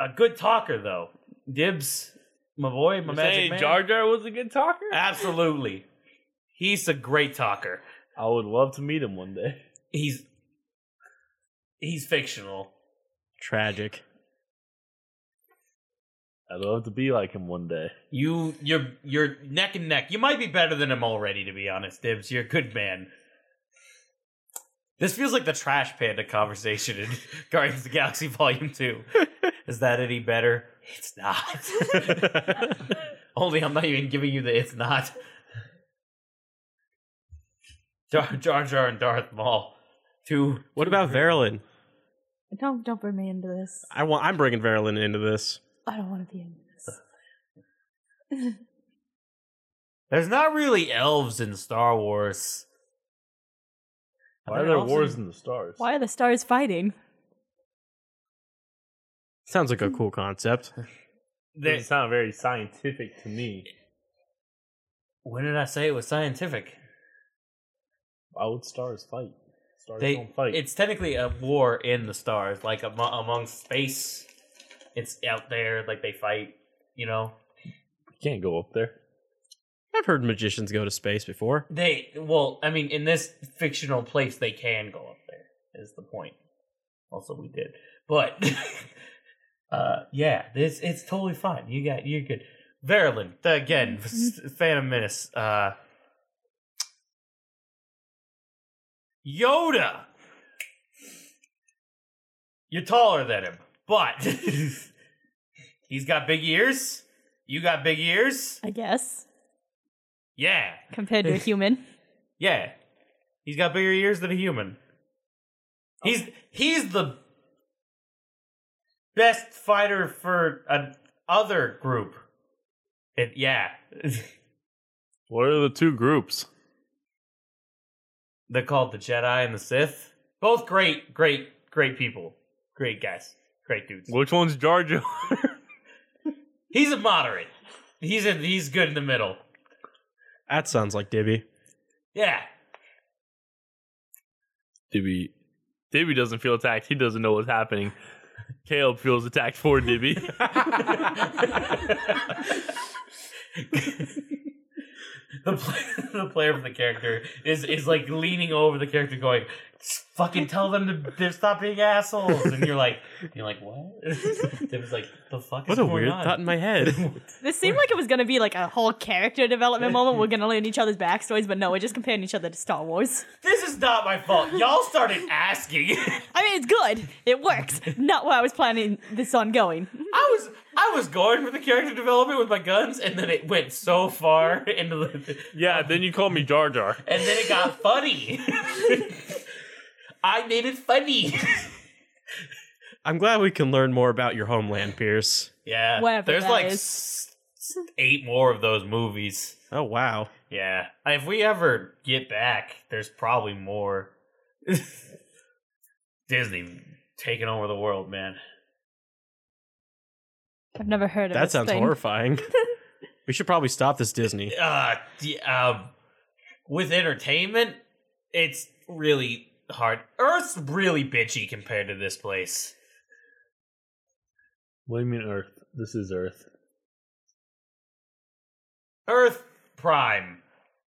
a good talker, though. Dibs, my boy, my You're magic saying man. Ah. Jar Jar was a good talker? Absolutely, he's a great talker. I would love to meet him one day. He's he's fictional. Tragic. I'd love to be like him one day. You you're you're neck and neck. You might be better than him already, to be honest, Dibs. You're a good man. This feels like the trash panda conversation in Guardians of the Galaxy Volume 2. Is that any better? It's not. Only I'm not even giving you the it's not. Jar Jar, Jar and Darth Maul. Two. What about Verilyn? Don't don't bring me into this. I want. I'm bringing Verilyn into this. I don't want to be in this. There's not really elves in Star Wars. Why are there elves wars in the stars? Why are the stars fighting? Sounds like a cool concept. There- Doesn't sound very scientific to me. when did I say it was scientific? Why would stars fight? Stars They, don't fight. It's technically a war in the stars, like am- among space. It's out there, like they fight. You know, you can't go up there. I've heard magicians go to space before. they. Well, I mean, in this fictional place, they can go up there. Is the point? Also, we did, but uh, yeah, this it's totally fine. You got you're good. Verilyn again, Phantom Menace. Uh, Yoda. You're taller than him, but he's got big ears. You got big ears. I guess Yeah, compared to a human. yeah. He's got bigger ears than a human. He's he's the best fighter for an other group. And yeah, What are the two groups? they're called the Jedi and the Sith. Both great, great, great people. Great guys. Great dudes. Which one's Jar Jar? He's a moderate. He's in, he's good in the middle. That sounds like Dibby. Yeah. Dibby. Dibby doesn't feel attacked. He doesn't know what's happening. Caleb feels attacked for Dibby. the, play, the player of the character is is like leaning over the character, going, "Just "Fucking tell them to they're stop being assholes." And you're like, you're like, what? It was like, the fuck. What is a going weird on? thought in my head. This seemed like it was gonna be like a whole character development moment. We're gonna learn each other's backstories, but no, we're just comparing each other to Star Wars. This is not my fault. Y'all started asking. I mean, it's good. It works. Not where I was planning this on going. I was I was going for the character development with my guns, and then it went so far into the, yeah, then you call me Jar Jar. and then it got funny. I made it funny. I'm glad we can learn more about your homeland, Pierce. Yeah, Whatever there's that like is. s- s- eight more of those movies. Oh wow. Yeah, if we ever get back, there's probably more. Disney taking over the world, man. I've never heard of That this sounds thing. horrifying. we should probably stop this Disney. Uh, d- um, with entertainment, it's really hard. Earth's really bitchy compared to this place. What do you mean Earth? This is Earth. Earth Prime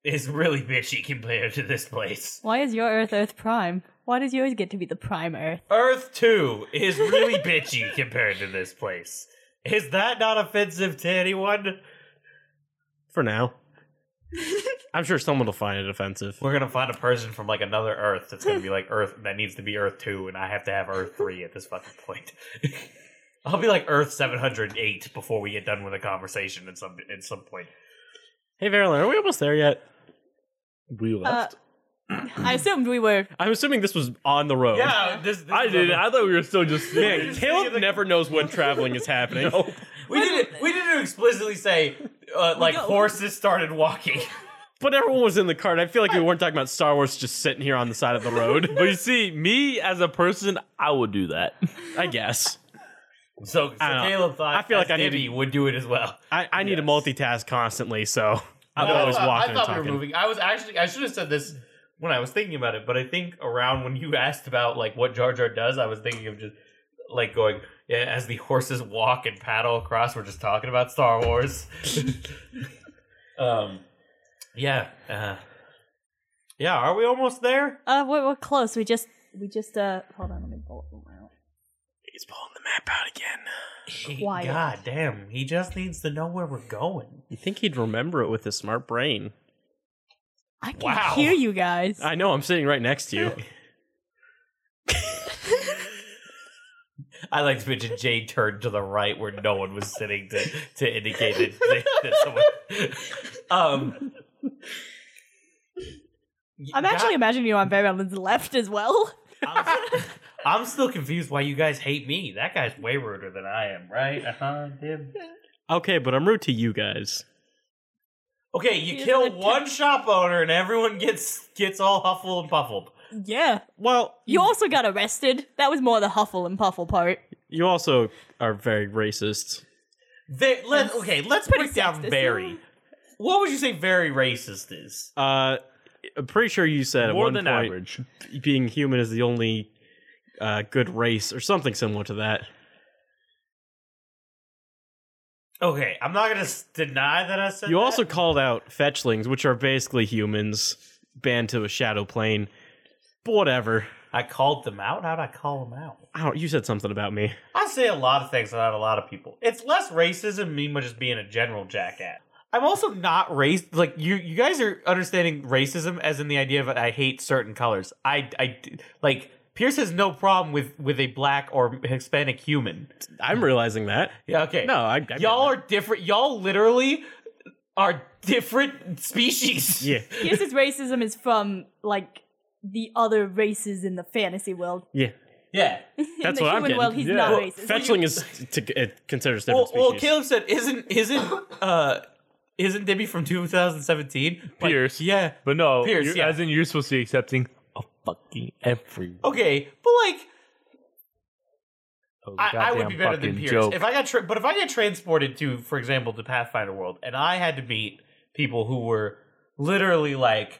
is really bitchy compared to this place. Why is your Earth Earth Prime? Why does yours get to be the Prime Earth? Earth 2 is really bitchy compared to this place. Is that not offensive to anyone? For now. I'm sure someone will find it offensive. We're gonna find a person from like another Earth that's gonna be like Earth that needs to be Earth 2, and I have to have Earth 3 at this fucking point. I'll be like Earth 708 before we get done with the conversation at some at some point. Hey Verilyn, are we almost there yet? We left. I assumed we were. I'm assuming this was on the road. Yeah, this, this I is- did. I thought we were still just. Man, Caleb never knows when traveling is happening. we didn't we didn't explicitly say uh, like don't. horses started walking. But everyone was in the cart. I feel like we weren't talking about Star Wars just sitting here on the side of the road. But you see, me as a person, I would do that. I guess. So, so don't know. Caleb thought I feel like as I need to- Dibby would do it as well. I, I need to multitask constantly, so I'm No, always I thought, walking I thought and we were talking. moving. I was actually I should have said this when I was thinking about it, but I think around when you asked about like what Jar Jar does, I was thinking of just like going yeah, as the horses walk and paddle across. We're just talking about Star Wars. um, yeah, uh, yeah. Are we almost there? Uh, we're, we're close. We just, we just, uh, hold on, let me pull it out. He's pulling the map out again. He- Quiet. God damn, he just needs to know where we're going. You think he'd remember it with his smart brain? I can Wow. hear you guys. I know. I'm sitting right next to you. I like to imagine Jay turned to the right where no one was sitting to to indicate that, that, that someone. Um, I'm actually imagining you on Barryland's left as well. I'm, I'm still confused why you guys hate me. That guy's way ruder than I am, right? Uh-huh, Dib? Okay, but I'm rude to you guys. Okay, you He's kill an atta- one shop owner and everyone gets gets all huffled and puffled. Yeah. Well, You also got arrested. That was more the huffle and puffle part. you also are very racist. They, let, That's okay, let's pretty break down sexist. very. What would you say very racist is? Uh, I'm pretty sure you said More at one than point average. being human is the only uh, good race or something similar to that. Okay, I'm not gonna s- deny that I said. You that. also called out fetchlings, which are basically humans banned to a shadow plane. But whatever. I called them out. How'd I call them out? I don't, you said something about me. I say a lot of things about a lot of people. It's less racism me just being a general jackass. I'm also not race like you. You guys are understanding racism as in the idea of I hate certain colors. I, I like Pierce has no problem with with a black or Hispanic human. I'm realizing that. Yeah, okay. No, I, I get y'all that. are different. Y'all literally are different species. yeah, Pierce's racism is from like the other races in the fantasy world. yeah. yeah. That's in the what I'm human getting. world, he's Yeah. not Well, racist. Fetchling is to, it considers well, different well, species. Caleb said, "Isn't isn't uh isn't Dibby from 2017?" Like, Pierce. yeah. But no, Pierce, you're- yeah. as in you're supposed to be accepting of fucking everyone. Okay, but like, Oh, I, I would be better than Pierce. Joke. If I got, tra- but if I got transported to, for example, the Pathfinder world, and I had to meet people who were literally like,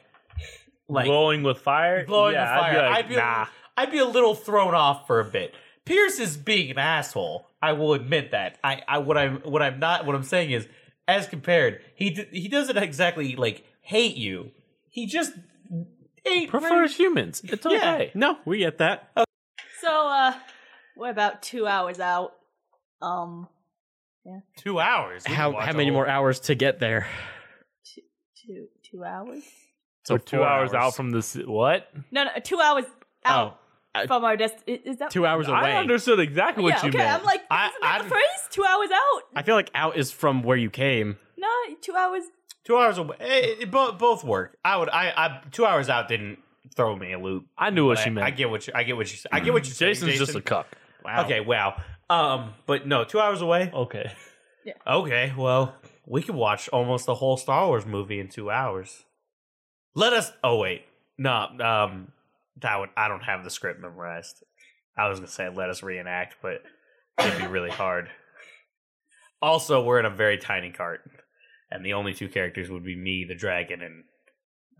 like blowing with fire, blowing yeah, the fire, I'd be like, a, I'd be a little thrown off for a bit. Pierce is being an asshole. I will admit that. I, I what I'm what I'm not what I'm saying is, as compared, he d- he doesn't exactly like hate you. He just ain't prefers humans. It's Yeah. okay. No, we get that. So, uh, we're about two hours out. Um, two hours. We can How watch how many all- more hours to get there? two two hours? So two four hours, out from this. What? No, no, two hours out I- from our dest. i- Is that Oh. two hours away. I understood exactly what yeah, you okay, meant. I'm like, isn't I- that I'm- the phrase? Two hours out? I feel like out is from where you came. No, two hours. Two hours away. It, both both work. I would. I, I. Two hours out didn't throw me a loop. I knew what But you meant. I get what you. I get what you. I get what you. Jason's just a cuck. Wow. Okay. Wow. Um. But no. Two hours away. Okay. Okay. Well, we could watch almost the whole Star Wars movie in two hours. Let us. Oh wait. No. Um. That would. I don't have the script memorized. I was gonna say let us reenact, but it'd be really hard. Also, we're in a very tiny cart, and the only two characters would be me, the dragon, and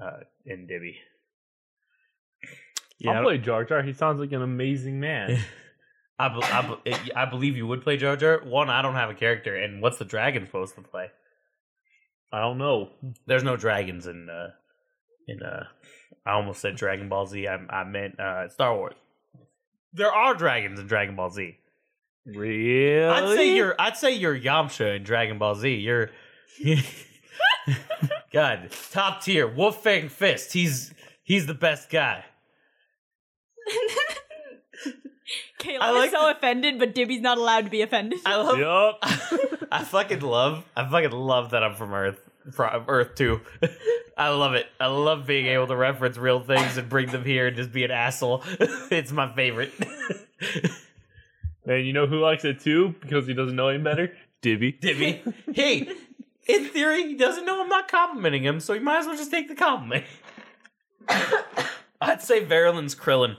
uh, and Dibby. Yeah, I'll play Jar Jar. He sounds like an amazing man. I, be- I, be- it- I believe you would play Jar Jar. One, I don't have a character, and what's the dragon supposed to play? I don't know. There's no dragons in uh in uh I almost said Dragon Ball Z. I I meant uh Star Wars. There are dragons in Dragon Ball Z. Really? would say you're I'd say you're Yamcha in Dragon Ball Z. You're God, top tier. Wolf Fang Fist. He's he's the best guy. Caleb I like is so offended, but Dibby's not allowed to be offended. I love Yup. I fucking love. I fucking love that I'm from Earth. From Earth too. I love it. I love being able to reference real things and bring them here and just be an asshole. it's my favorite. And you know who likes it too because he doesn't know any better? Dibby. Dibby. Hey, in theory, he doesn't know I'm not complimenting him, so he might as well just take the compliment. I'd say Verulin's Krillin.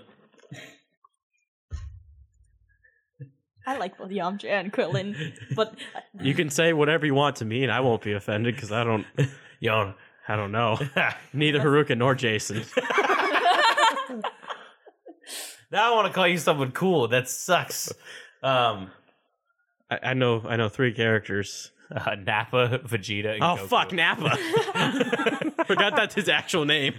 I like both Yamcha and Krillin, but you can say whatever you want to me, and I won't be offended because I don't, Yon. I don't know. now Neither Haruka nor Jason. I want to call you someone cool. That sucks. Um, I, I know, I know three characters. uh, Nappa, Vegeta, and Oh Goku. fuck, Nappa. Forgot that's his actual name.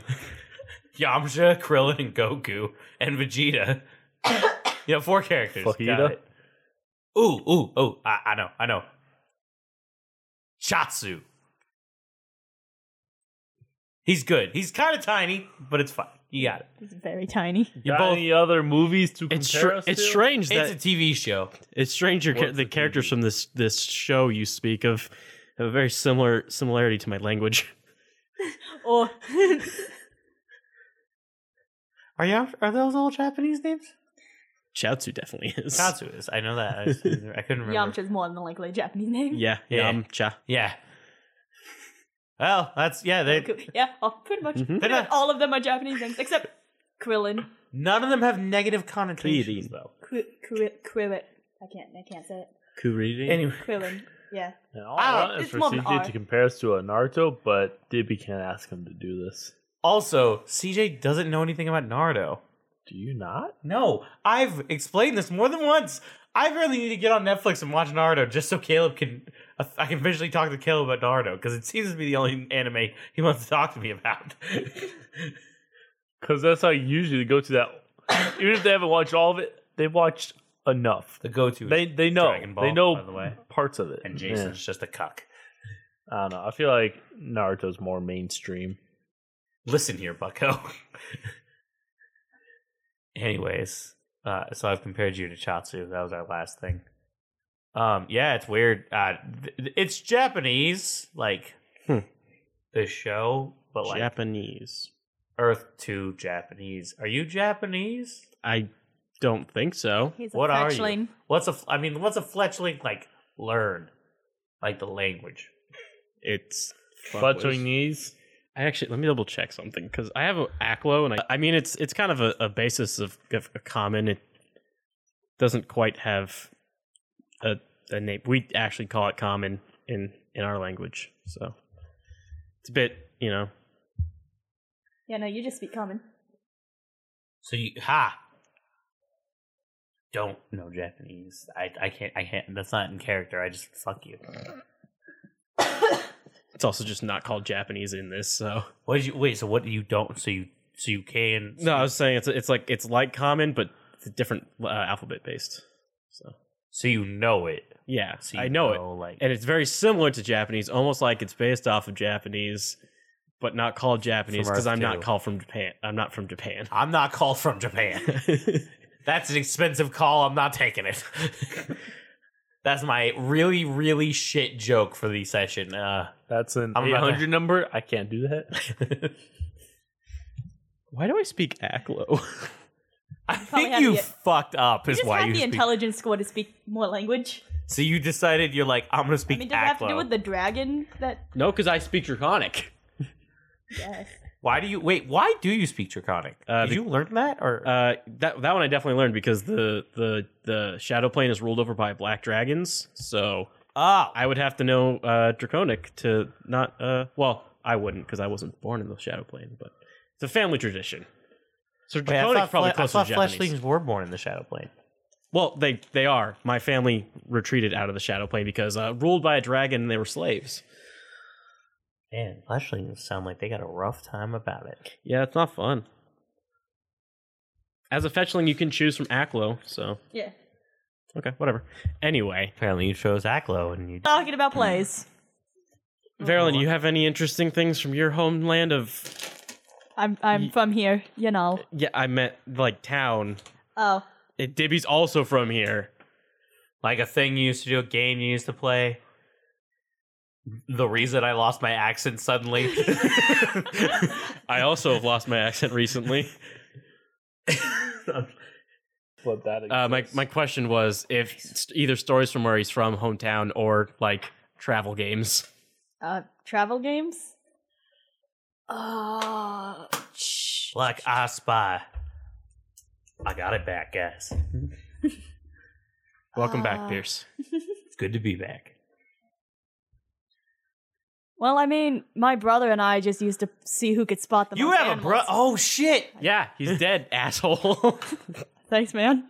Yamcha, Krillin, and Goku, and Vegeta. you know, four characters. Got Fajita? it. Ooh, ooh, ooh. I, I know, I know. Chatsu. He's good. He's kind of tiny, but it's fine. You got it. he's very tiny. You Got both. any other movies to compare It's str- us it's to? strange that It's a TV show. It's strange your, cha- What's the the characters TV? from this this show you speak of have a very similar similarity to my language. Or Are you? Are those all Japanese names? Chaozu definitely is. Chatsu is. I know that. I, just- I couldn't remember. Yamcha's more than likely a Japanese name. Yeah, Yeah. Yam Cha. Yeah. Well, that's yeah. Mm-hmm. They Goku- yeah, oh, pretty much. Mhm. They're Pretty much not- all of them are Japanese names except Krillin. none of them have negative connotations Kirin. though. Kri- Kri- Krillin. I can't. I can't say it. Kuriri. Anyway, Krillin. Yeah. And all I I don't- want is Ah, it's for more of an CJ R. to compare us to a Naruto, but Dibby can't ask him to do this. Also, CJ doesn't know anything about Naruto. Do you not? No, I've explained this more than once. I really need to get on Netflix and watch Naruto just so Caleb can I can visually talk to Caleb about Naruto because it seems to be the only anime he wants to talk to me about. Because that's how you usually go to that. Even if they haven't watched all of it, they've watched enough. the go-to They is they know Dragon Ball, they know by the way, parts of it. and Jason's just a cuck. Yeah. I don't know. I feel like Naruto's more mainstream. Listen here, Bucko. Anyways, uh, so I've compared you to Chatsu. That was our last thing. Um, yeah, it's weird. Uh, th- th- it's Japanese, like Hmm. the show, but like Japanese. Earth Two Japanese. Are you Japanese? I don't think so. He's What a are you? fetchling. What's a? f- I mean, what's a fletchling? Like learn, like the language. It's Fluttering knees. I actually let me double check something because I have a ACLO and I, I mean it's it's kind of a, a basis of, of a common. It, doesn't quite have a, a name. We actually call it common in in our language, so it's a bit you know. Yeah, no, you just speak common. So you ha don't know Japanese. I I can't I can't that's not in character. I just fuck you. It's also just not called Japanese in this, so What did you wait, so what do you don't so you so you can no. I was saying it's it's like it's like common, but it's a different uh, alphabet based. So so you know it. yeah, So you I know it. like and it's very similar to Japanese, almost like it's based off of Japanese, but not called Japanese From because Earth I'm too. not called from Japan. I'm not from Japan. I'm not called from Japan. That's an expensive call. I'm not taking it. That's my really, really shit joke for the session. Uh, That's an I'm about to- 800 number. I can't do that. Why do I speak Aklo? I probably think have you the- fucked up. You Is just why have you the speak. intelligence score to speak more language. so you decided you're like I'm gonna speak I mean, does it have to do Aklo. with the dragon that? no, because I speak Draconic. Yes. why do you wait? Why do you speak Draconic? Uh, Did be- you learn that or Uh, that that one I definitely learned because the the the Shadow Plane is ruled over by black dragons, so oh I would have to know uh, Draconic to not. Uh, well, I wouldn't because I wasn't born in the Shadow Plane, but it's a family tradition. So Wait, I Draconic's thought, probably probably I closer thought to fleshlings Japanese. were born in the Shadow Plane. Well, they they are. My family retreated out of the Shadow Plane because uh, ruled by a dragon, and they were slaves. Man, fleshlings sound like they got a rough time about it. Yeah, it's not fun. As a fetchling, you can choose from Aklo. So Yeah. okay, whatever. Anyway, Apparently, you chose Aklo, and you Talking about plays. Verilyn, you have any interesting things from your homeland of? I'm I'm from here, you know. Yeah, I meant like town. Oh, It, Dibby's also from here. like a thing you used to do, a game you used to play. The reason I lost my accent suddenly. I also have lost my accent recently. But that Uh, my exists. my question was if st- either stories from where he's from, hometown, or like travel games. uh, travel games. Uh, shh. like I spy. I got it back, guys. Welcome Ah. back, Pierce. It's good to be back. Well, I mean, my brother and I just used to see who could spot the You most have a bro. animals. Oh shit! Yeah, he's dead, asshole. Thanks, man.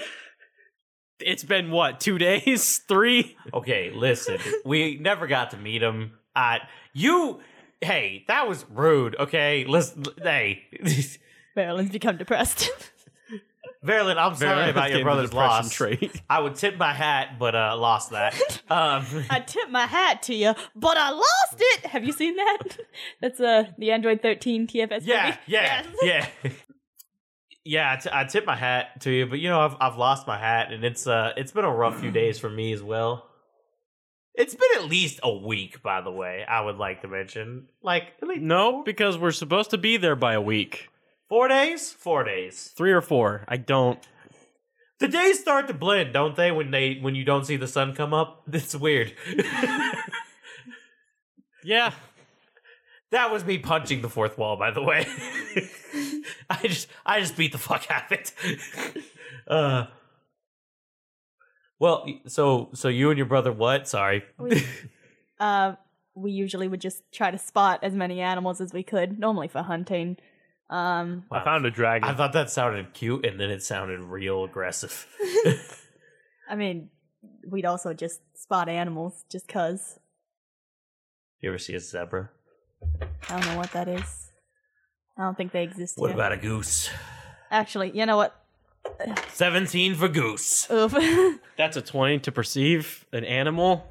it's been what, two days? Three? Okay, listen. we never got to meet him. I you. Hey, that was rude. Okay, listen. Hey, Marilyn's become depressed. Verilyn, I'm sorry about your brother's loss. Trait. I would tip my hat, but uh, lost that. Um, I tipped my hat to you, but I lost it. Have you seen that? That's uh the Android 13 TFS. Yeah, movie. yeah, Yes. yeah. Yeah, I, t- I tip my hat to you, but you know I've I've lost my hat, and it's uh it's been a rough few days for me as well. It's been at least a week, by the way. I would like to mention, like at least No, because we're supposed to be there by a week. four days, four days. Three or four. I don't. The days start to blend, don't they? When they when you don't see the sun come up, it's weird. Yeah. that was me punching the fourth wall, by the way. I just I just beat the fuck out of it. uh, well, so so you and your brother what? Sorry. We, uh, we usually would just try to spot as many animals as we could, normally for hunting. Um, I found a dragon. I thought that sounded cute, and then it sounded real aggressive. I mean, we'd also just spot animals just cause. you ever see a zebra? I don't know what that is. I don't think they exist What yet. about a goose? Actually, you know what? Seventeen for goose. Oof. That's a 20 to perceive an animal?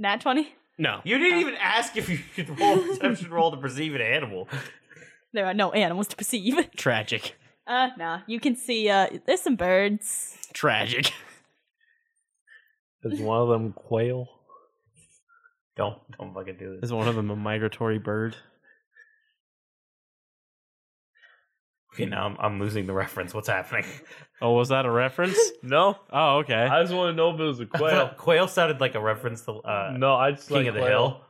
Nat 20? No. You didn't even ask if you could roll a perception roll to perceive an animal. There are no animals to perceive. Tragic. Uh, nah. You can see, uh, there's some birds. Tragic. Is one of them quail? Don't don't fucking do this. Is one of them a migratory bird? Okay, now I'm, I'm losing the reference. What's happening? Oh, was that a reference? No, Oh, okay. I just want to know if it was a I quail. thought quail sounded like a reference to uh, no, I just King like of the quail.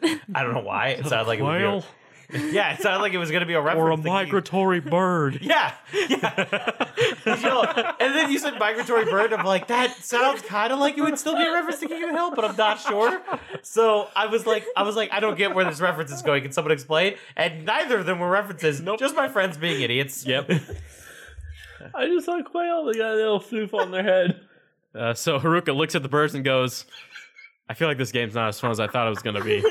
Hill. I don't know why. It sounded like it was Quail yeah, it sounded like it was gonna be a reference or a to King- migratory bird? Yeah, yeah. and then you said migratory bird. I'm like, that sounds kind of like it would still be a reference to King of the Hill, but I'm not sure. So I was like, I was like, I don't get where this reference is going. Can someone explain? And neither of them were references. Nope. Just my friends being idiots. Yep. I just saw quail. They got a little floof on their head. Uh, so Haruka looks at the birds and goes, I feel like this game's not as fun as I thought it was going to be.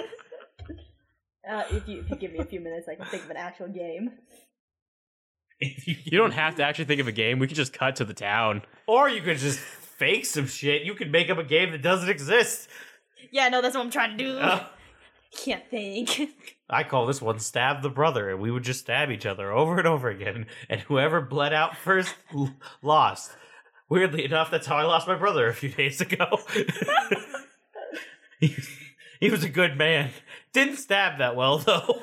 Uh, if, you, if you give me a few minutes, I can think of an actual game. You don't have to actually think of a game. We could just cut to the town. Or you could just fake some shit. You could make up a game that doesn't exist. Yeah, no, that's what I'm trying to do. Uh, Can't think. I call this one stab the brother, and we would just stab each other over and over again, and whoever bled out first l- lost. Weirdly enough, that's how I lost my brother a few days ago. he, he was a good man. Didn't stab that well, though.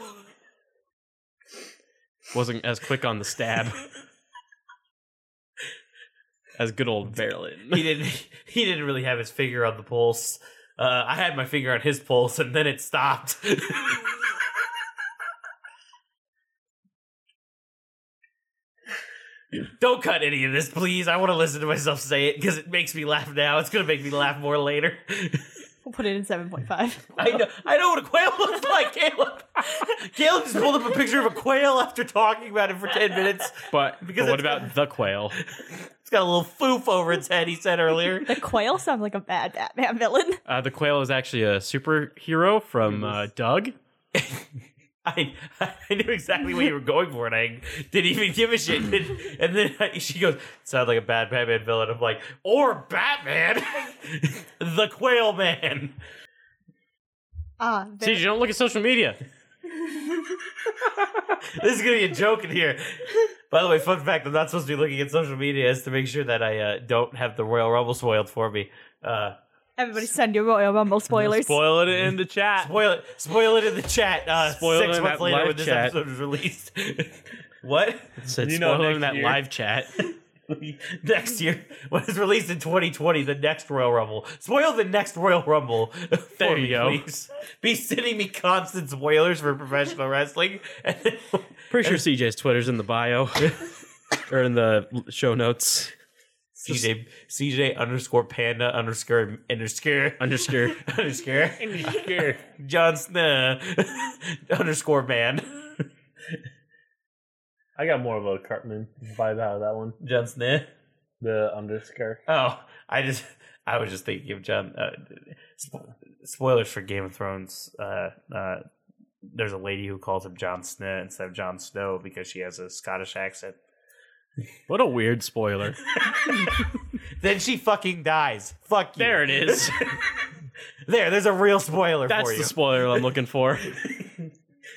Wasn't as quick on the stab as good old Berlin. He didn't. He didn't really have his finger on the pulse. Uh, I had my finger on his pulse, and then it stopped. Don't cut any of this, please. I want to listen to myself say it because it makes me laugh now. It's gonna make me laugh more later. We'll put it in 7.5. I know. I know what a quail looks like, Caleb. Caleb just pulled up a picture of a quail after talking about it for ten minutes. But, but Because what it's- about the quail? It's got a little foof over its head. He said earlier. The quail sounds like a bad Batman villain. Uh, the quail is actually a superhero from uh, Doug. I, I knew exactly what you were going for, and I didn't even give a shit. And, and then I, she goes, "Sounds like a bad Batman villain." I'm like, "Or Batman, the Quail Man." Ah, See, you don't look at social media. This is gonna be a joke in here. By the way, fun fact: I'm not supposed to be looking at social media, is to make sure that I uh, don't have the Royal Rumble spoiled for me. Uh, everybody send your Royal Rumble spoilers. Spoil it in the chat. spoil it, spoil it in the chat. Uh, Spoil it six in months that later live when this chat. episode was released. what? Said You know, spoiler in next that year. live chat. next year when it's released in 2020 the next royal rumble spoil the next royal rumble for There me, you go. please. be sending me constant spoilers for professional wrestling and then, Pretty sure CJ's Twitter's in the bio or in the show notes. cj cj underscore panda underscore underscore Underscore. underscore john Snow underscore man I got more of a Cartman vibe out of that one. john Snow. The underscore. oh i just i was just thinking of john uh, spo- spoilers for game of thrones uh uh there's a lady who calls him John Snow instead of John Snow because she has a Scottish accent. What a weird spoiler. Then she fucking dies. Fuck you. There it is. There, there's a real spoiler for That's you. the spoiler I'm looking for.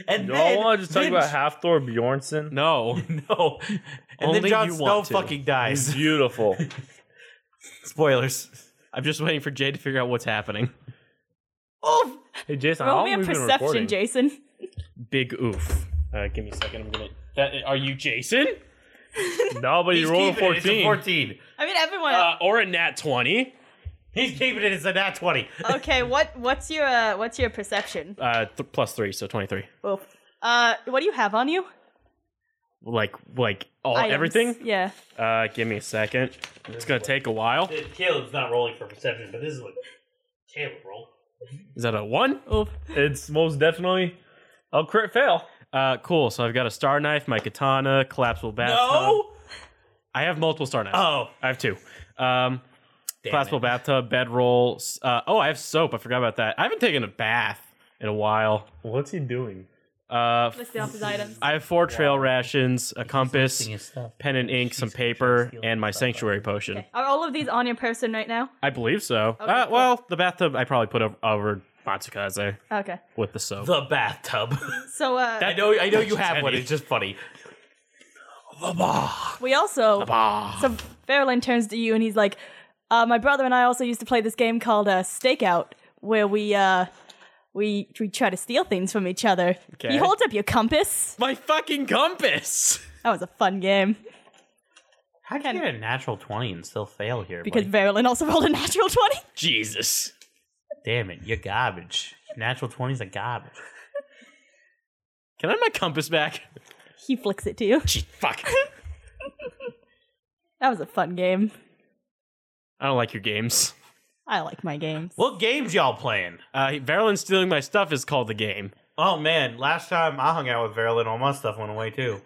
and You then, all want to just talk then about half Thor Bjornsson? No. she- no. And Only then John you Snow want to. fucking He's dies. beautiful. Spoilers. I'm just waiting for Jade to figure out what's happening. Oh, Hey Jason, Roll how me a long have we been perception, recording? Jason. Big oof. Uh, give me a second. I'm gonna. That, are you Jason? No, but you he's rolled a keeping it. It's 14. a 14. I mean, everyone. Uh, or a nat twenty? He's keeping it. It's a nat 20. okay, what what's your uh, what's your perception? Uh, th- plus three, so twenty-three. Uh, what do you have on you? Like, like all Items. everything. Yeah. Uh, give me a second. It's gonna take a while. Caleb's not rolling for perception, but this is what Caleb rolled. Is that a one? It's most definitely a crit fail. Uh, cool. So I've got a star knife, my katana, collapsible bathtub. No? I have multiple star knives. Oh. I have two. Damn Um, collapsible it. bathtub, bedroll. s- Uh, oh, I have soap. I forgot about that. I haven't taken a bath in a while. What's he doing? Uh, Listing off his items. I have four trail rations, a compass, pen and ink, some paper, stealing and my stuff, by the sanctuary potion. Are all of these on your person right now? I believe so. Okay, uh, cool. Well, the bathtub I probably put over, over Matsukaze Okay. with the soap. The bathtub. So uh, I know I know you have one, Teddy. it's just funny. we also. So Verlin turns to you and he's like, uh, "My brother and I also used to play this game called uh, Stakeout, where we uh, we we try to steal things from each other. Okay. He holds up your compass. my fucking compass! That was a fun game How can you get a natural 20 and still fail here? because buddy? Verlin also rolled a natural twenty. Jesus. Damn it, you're garbage. Natural 20s are garbage. Can I have my compass back? He flicks it to you. Gee, fuck. That was a fun game. I don't like your games. I like my games. What games y'all playing? Uh, Verilyn stealing my stuff is called the game. Oh man, last time I hung out with Verilyn, all my stuff went away too.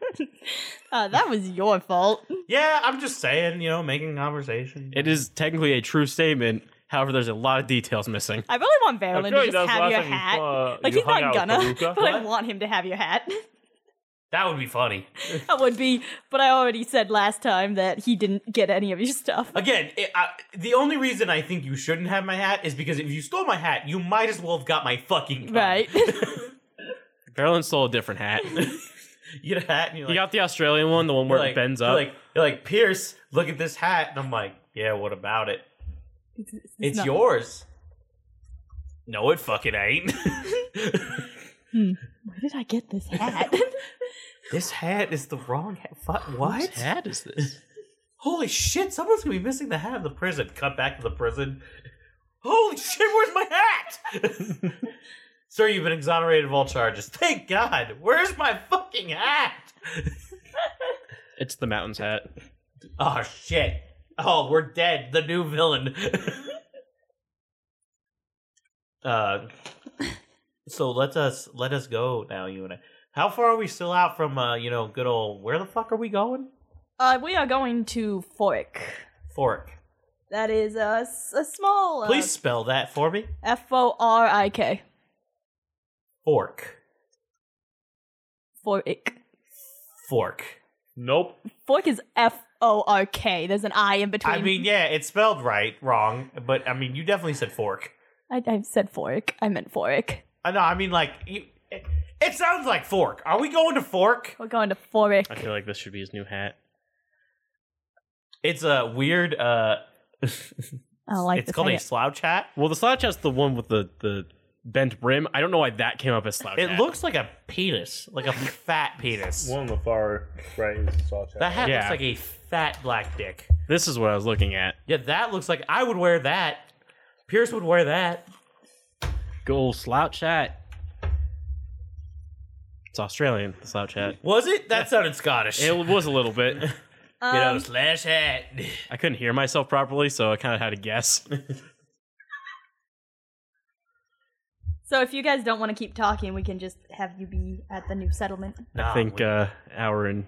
Uh, that was your fault. yeah, I'm just saying, you know, making conversation. It is technically a true statement. However, there's a lot of details missing. I really want Verlin feel to just have your hat. uh, like you he's hung not out gonna, with Haruka. but I want him to have your hat. that would be funny. that would be. But I already said last time that he didn't get any of your stuff. Again, it, I, the only reason I think you shouldn't have my hat is because if you stole my hat, you might as well have got my fucking gun. Right. Verilyn stole a different hat. He You get a hat and you're like, got the Australian one, the one you're where like- it bends you're up. Like, you're like, Pierce, look at this hat, and I'm like, yeah, what about it? It's, It's not- yours. No, it fucking ain't. Where did I get this hat? this hat is the wrong hat. Fuck, what? Whose hat is this? Holy shit, someone's gonna be missing the hat of the prison. Cut back to the prison. Holy shit, where's my hat? Sir, you've been exonerated of all charges. Thank God. Where's my fucking hat? It's the mountain's hat. Oh shit. Oh, we're dead. The new villain. uh so let us let us go now, you and I. How far are we still out from uh, you know, good old where the fuck are we going? uh, we are going to Fork. Fork. That is a, s- a small. uh, Please spell that for me. F O R I K. Fork. Fork. Fork. nope. Fork is F O R K. There's an I in between. I mean, yeah, it's spelled right, wrong, but I mean, you definitely said fork. I, I said fork. I meant fork. I know, I mean, like, you, it, it sounds like fork. Are we going to fork? We're going to fork. I feel like this should be his new hat. It's a weird, uh, I don't like it's this called a idea. slouch hat. Well, the slouch hat's the one with the, the bent brim. I don't know why that came up as slouch It hat. looks like a penis, like a fat penis. One on the far right is the slouch hat. That hat Yeah. looks like a fat black dick. This is what I was looking at. Yeah, that looks like I would wear that. Pierce would wear that. Good old slouch hat. It's Australian, the slouch hat. Was it? That sounded Scottish. It was a little bit. you know, Um, Um, slash hat. I couldn't hear myself properly, so I kind of had to guess. So if you guys don't want to keep talking, we can just have you be at the new settlement. Nah, I think we- uh hour and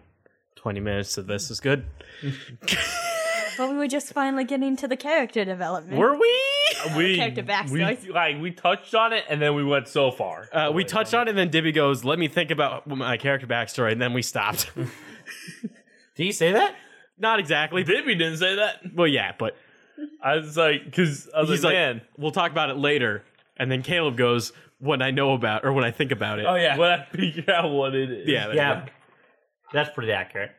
20 minutes of this is good. But we were just finally getting to the character development. Were we? Uh, we, Character backstory. we like we touched on it and then we went so far. Uh, we touched on it, and then Dibby goes, "Let me think about my character backstory," and then we stopped. Did you say that? Not exactly. but- Dibby didn't say that. Well, yeah, but I was like, because I was he's like, like, man, "We'll talk about it later." And then Caleb goes, "When I know about, or when I think about it." yeah. when I figure out what it is, oh, yeah, there you yeah. go. That's pretty accurate.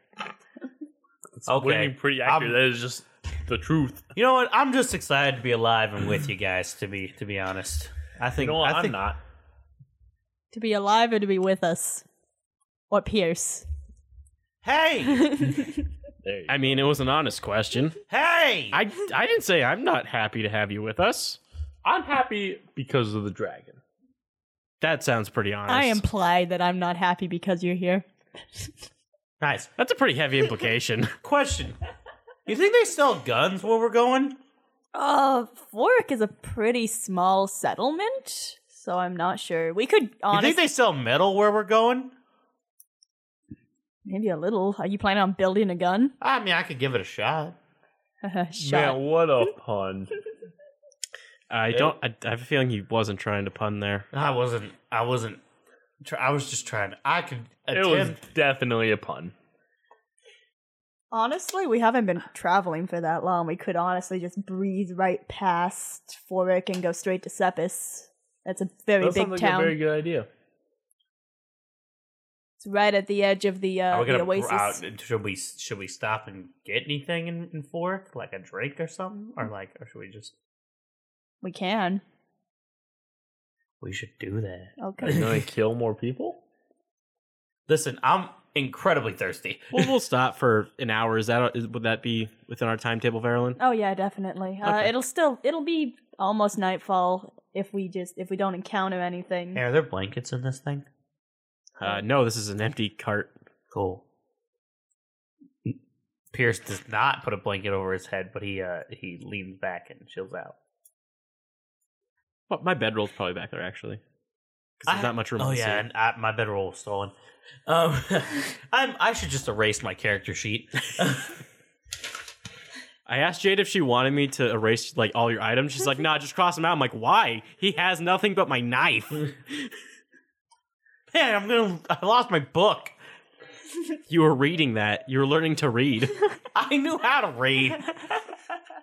it's wouldn't okay. be pretty accurate. that is just the truth. You know what? I'm just excited to be alive and with you guys. To be to be honest, I think You know what? I I'm think not. to be alive or to be with us. Or Pierce. Hey, There you I mean, it was an honest question. hey! I I didn't say I'm not happy to have you with us. I'm happy because of the dragon. That sounds pretty honest. I imply that I'm not happy because you're here. nice That's a pretty heavy implication. question. You think they sell guns where we're going? Uh, Fork is a pretty small settlement, so I'm not sure. We could You honestly think they sell metal where we're going? maybe a little. Are you planning on building a gun? I mean, I could give it a shot. Shot. Man, what a pun! I don't. I, I have a feeling he wasn't trying to pun there. I wasn't. I wasn't. Try, I was just trying. to- I could it was attempt. definitely a pun. Honestly, we haven't been traveling for that long. We could honestly just breeze right past Forwick and go straight to Sepis. That's a very That big sounds like town. a very good idea. It's right at the edge of the Are uh, we the gonna, oasis. uh, should we should we stop and get anything in, in Fork, like a drink or something, or like, or should we just? We can. We should do that. Are you Okay. gonna kill more people? Listen, I'm incredibly thirsty. Well, we'll stop for an hour. Is that is, would that be within our timetable, Verilyn? oh yeah, definitely. Uh, Okay. it'll still it'll be almost nightfall if we just if we don't encounter anything. Hey, are there blankets in this thing? Uh, no, this is an empty cart. Cool. Pierce does not put a blanket over his head, but he uh, he leans back and chills out. Well, my bedroll's probably back there actually. 'Cause I- there's not much room. Oh to see. yeah, and I, my bedroll was stolen. Um, I'm I should just erase my character sheet. I asked Jade if she wanted me to erase like all your items. She's like, "Nah, just cross them out." I'm like, "Why? He has nothing but my knife." Man, I'm gonna I lost my book. you were reading that. You were learning to read. I knew how to read.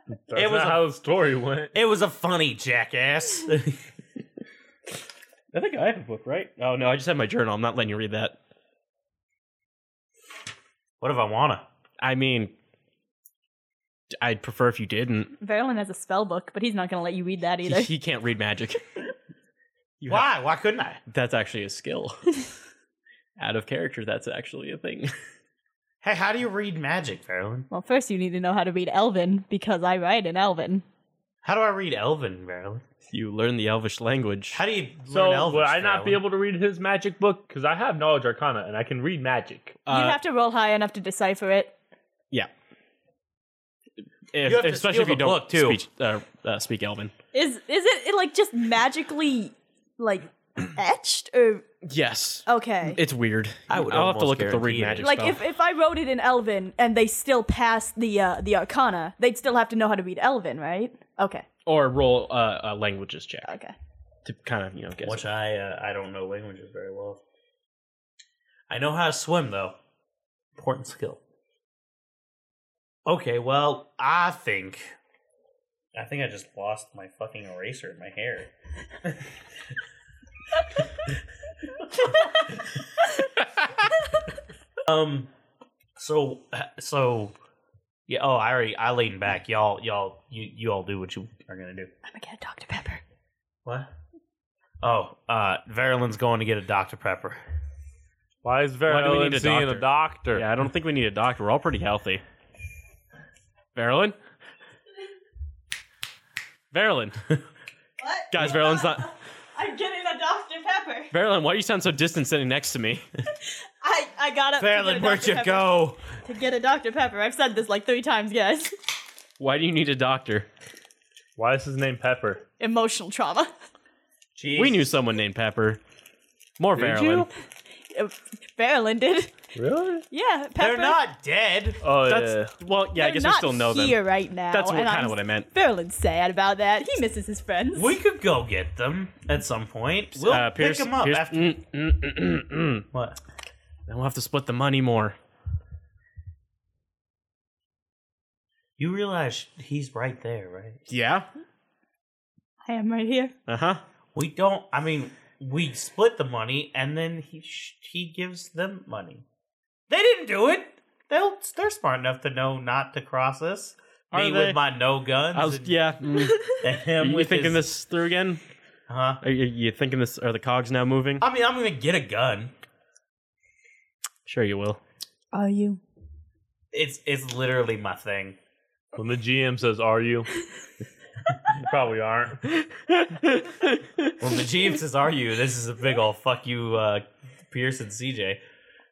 That's It was not a- how the story went. It was a funny jackass. I think I have a book, right? Oh no, I just have my journal. I'm not letting you read that. what if I wanna? I mean, I'd prefer if you didn't. Verlin has a spell book, but he's not going to let you read that He, either. he can't read magic. You have- Why? Why couldn't I? that's actually a skill. Out of character, that's actually a thing. Hey, how do you read magic, Verlin? well, first you need to know how to read Elven because I write in Elven. How do I read Elven, Verlin? You learn the Elvish language. How do you So learn Elvish? would I not be Verlin? able to read his magic book? Because I have knowledge arcana and I can read magic. You'd Uh, have to roll high enough to decipher it. if, You have to steal especially if you the don't book, too. speech- uh, uh, speak Elven. Is is it, it like just magically like etched or Yes, okay? it's weird. I would I'll have to almost look at the read guarantee it. magic like spell. if, if I wrote it in Elven and they still passed the uh, the Arcana, they'd still have to know how to read Elven, right? Okay, or roll uh, a languages check okay. to kind of you know guess. Which I uh, I don't know languages very well. I know how to swim though. Important skill. Okay, well, I think I think I just lost my fucking eraser in my hair. um so so yeah, oh, I already I lean back. Y'all y'all you you all do what you are going to do. I'm gonna get a Dr Pepper. What? Oh, uh, Verilin's going to get a Dr. Pepper. Why is Vera Why do we need a seeing a doctor? Yeah, I don't think we need a doctor. We're all pretty healthy. Verilyn? Verilyn. What? Guys, Verilin's not. I'm getting a Dr Pepper. Verilyn, why do you sound so distant sitting next to me? I I got up. Verilyn, where'd you go? To get a Dr Pepper. I've said this like three times, guys. Why do you need a doctor? Why is his name Pepper? Emotional trauma. We knew someone named Pepper. More Verilyn. Verlin did. Really? Yeah, Pepper. They're not dead. Oh yeah. uh, That's well, yeah. I they're guess we not still know here them. right now. That's what, and kind I'm of what I meant. Verlin's sad about that. He misses his friends. We could go get them at some point. We'll Uh, pick Pierce, them up Pierce- after. mm, mm, mm, mm, mm. What? Then we'll have to split the money more. You realize he's right there, right? Yeah. I am right here. Uh huh. We don't. I mean, we split the money, and then he sh- he gives them money. They didn't do it. They'll, they're smart enough to know not to cross us. Are Me they? with my no guns. I was. and, Yeah. mm. and him you with thinking his, this through again? Uh, Huh? Are you, you thinking this? Are the cogs now moving? I mean, I'm gonna get a gun. Sure, you will. Are you? It's it's literally my thing. When the GM says, "Are you?" you probably aren't. Well, the GM says, "Are you?" This is a big old fuck you, uh, Pierce and CJ.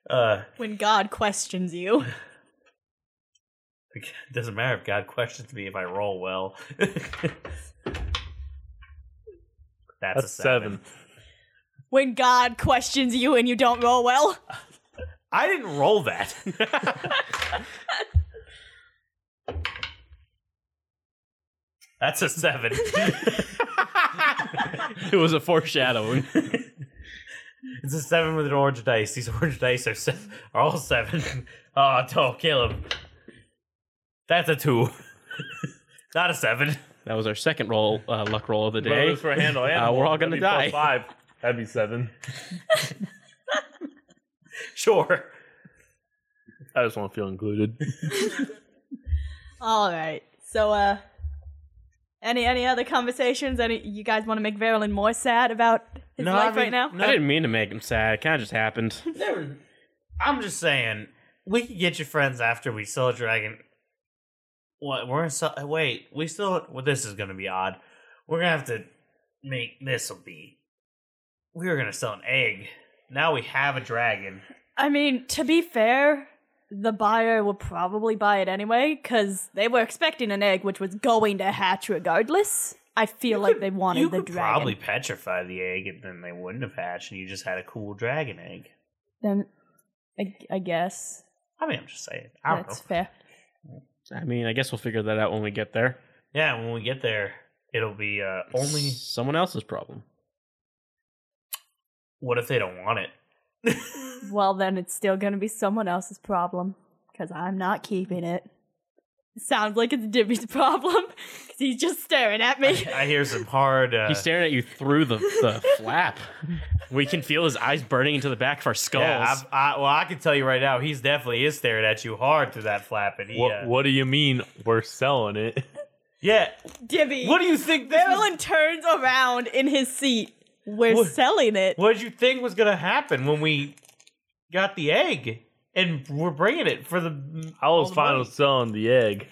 Uh, When God questions you. it doesn't matter if God questions me if I roll well. That's, a That's seven. seven. When God questions you and you don't roll well. I didn't roll that. That's a seven. it was a foreshadowing. It's a seven with an orange dice. These orange dice are se- are all seven. Oh, don't kill him. That's a two. Not a seven. That was our second roll, uh, luck roll of the But it day. was for handle animal. Uh, we're all That'd gonna be plus die. Five. That'd be seven. Sure. I just want to feel included. Alright. So uh any any other conversations? Any you guys want to make Verilyn more sad about his No, I life right mean- now? I didn't mean to make him sad. It kind of just happened. There- I'm just saying, we can get your friends after we sell a dragon. What we're in sell- wait, we still well, this is gonna be odd. We're gonna have to make this'll be. We were gonna sell an egg. Now we have a dragon. I mean, to be fair, the buyer will probably buy it anyway because they were expecting an egg, which was going to hatch regardless. I feel like they wanted you the could dragon. probably petrify the egg and then they wouldn't have hatched and you just had a cool dragon egg. Then, I, I guess I mean, I'm just saying. I don't that's know. fair. I mean, I guess we'll figure that out when we get there. Yeah, when we get there, it'll be uh, only. someone else's problem. What if they don't want it? Well, then it's still going to be someone else's problem because I'm not keeping it. Sounds like it's Dibby's problem because he's just staring at me. I hear some hard. Uh, He's staring at you through the, the flap. We can feel his eyes burning into the back of our skulls. Yeah, I, I, well, I can tell you right now, he's definitely is staring at you hard through that flap, and he, What, uh, what do you mean we're selling it? yeah. Dibby. What do you think? This was, Marilyn turns around in his seat. We're What- selling it. what did you think was gonna happen when we got the egg and we're bringing it for the? I was all the fine money? with selling the egg.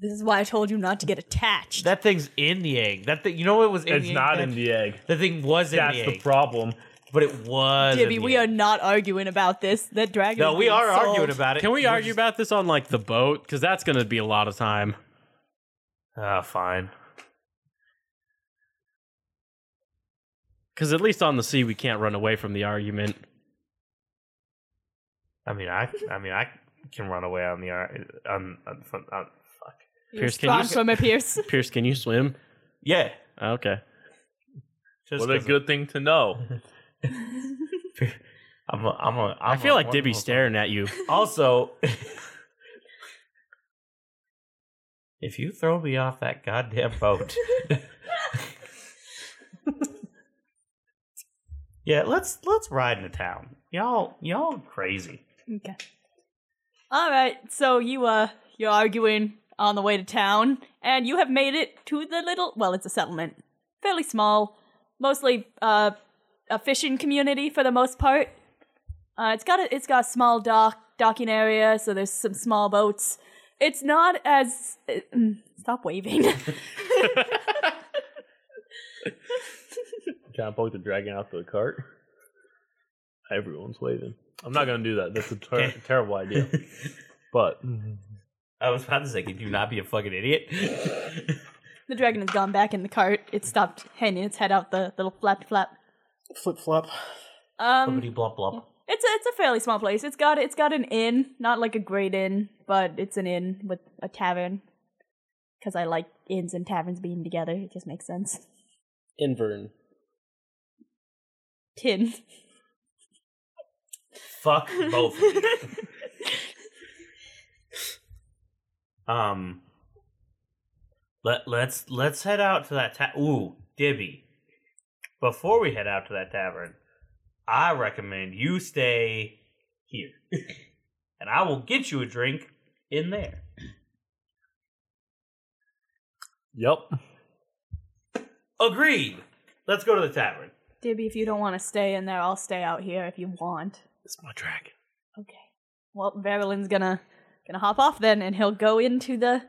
This is why I told you not to get attached. That thing's in the egg. That thing, you know, it was. In it's the not egg, in the egg. The thing was in That's the the, egg, problem. but it was. in Dibby, the we are egg. not arguing about this. That dragon. No, is we being are sold. arguing about it. Can we We're argue about this on like the boat? Because that's going to be a lot of time. just- Ah, fine. Because at least on the sea, we can't run away from the argument. I mean, I. I mean, I can run away on the. ar- On, on, on, on fuck. You're Pierce, Pierce, can strong you- swimmer, Pierce. Pierce, can you swim? Yeah. Okay. Just What a 'cause good thing to know. I'm. A, I'm. A, I I'm feel a like Dibby's wonderful- staring at you. Also, if you throw me off that goddamn boat. yeah, let's let's ride into town. Y'all y'all crazy. okay. All right. So you uh, you're arguing on the way to town, and you have made it to the little. Well, it's a settlement, fairly small, mostly uh, a fishing community for the most part. Uh, it's got a it's got a small dock docking area, so there's some small boats. It's not as uh, mm, stop waving. Can I poke the dragon out the cart? Everyone's waving. I'm not gonna do that. That's a ter- terrible idea. But I was about to say, can you not be a fucking idiot? The dragon has gone back in the cart. It stopped hanging its head out the little flap flap. Flip flop. Um, Blibbity blop blop. it's a it's a fairly small place. It's got it's got an inn, not like a great inn, but it's an inn with a tavern. Because I like inns and taverns being together. It just makes sense. Invern. Tin. Fuck both. of you. um, let let's let's head out to that. Ta- Ooh, Dibby. Before we head out to that tavern, I recommend you stay here, and I will get you a drink in there. yep, Agreed. Let's go to the tavern. Dibby, if you don't want to stay in there, I'll stay out here if you want. it's my dragon. Okay. Well, Verilin's gonna gonna hop off then, and he'll go into the.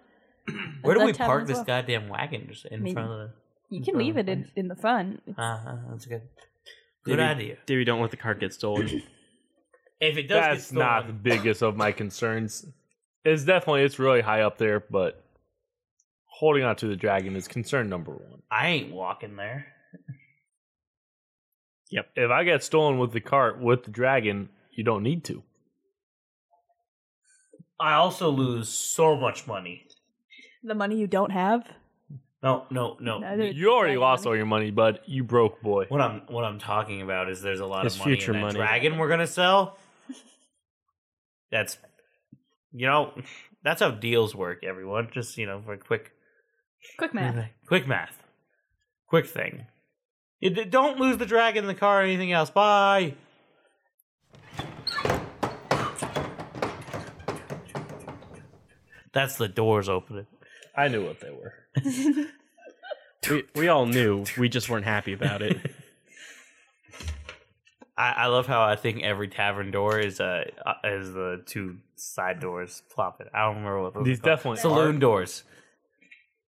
Where do the we tavern park as this well. goddamn wagon? Just in Maybe. front of You can leave it in, in the front. the. Uh, that's good. Good Maybe. idea. Dibby, don't let the cart get stolen. If it does, get That's not the stolen- biggest of my concerns. It's definitely it's really high up there, but holding on to the dragon is concern number one. I ain't walking there. If I get stolen with the cart with the dragon, you don't need to. I also lose so much money. The money you don't have. No, no, no. Neither- It's You already dragon lost money. all your money, bud. You broke, boy. What I'm what I'm talking about is there's a lot It's of money future in that money. dragon we're gonna sell. That's you know that's how deals work. Everyone, just you know, for quick Quick math. quick math, quick thing. You d- don't lose the dragon in the car or anything else. Bye. That's the doors opening. I knew what they were. we, we all knew. We just weren't happy about it. I, I love how I think every tavern door is uh uh, is the two side doors plopping. I don't remember what those These are called. definitely saloon aren't. doors.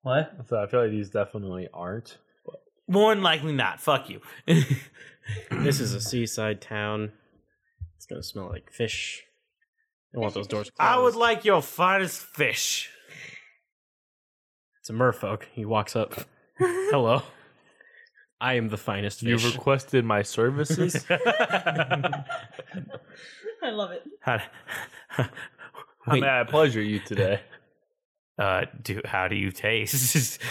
What? So I feel like these definitely aren't. More than likely not. Fuck you. this is a seaside town. It's going to smell like fish I want those doors closed. I would like your finest fish. It's a merfolk. He walks up. Hello. I am the finest You fish. requested my services. I love it. I mean, I pleasure you today. uh do how do you taste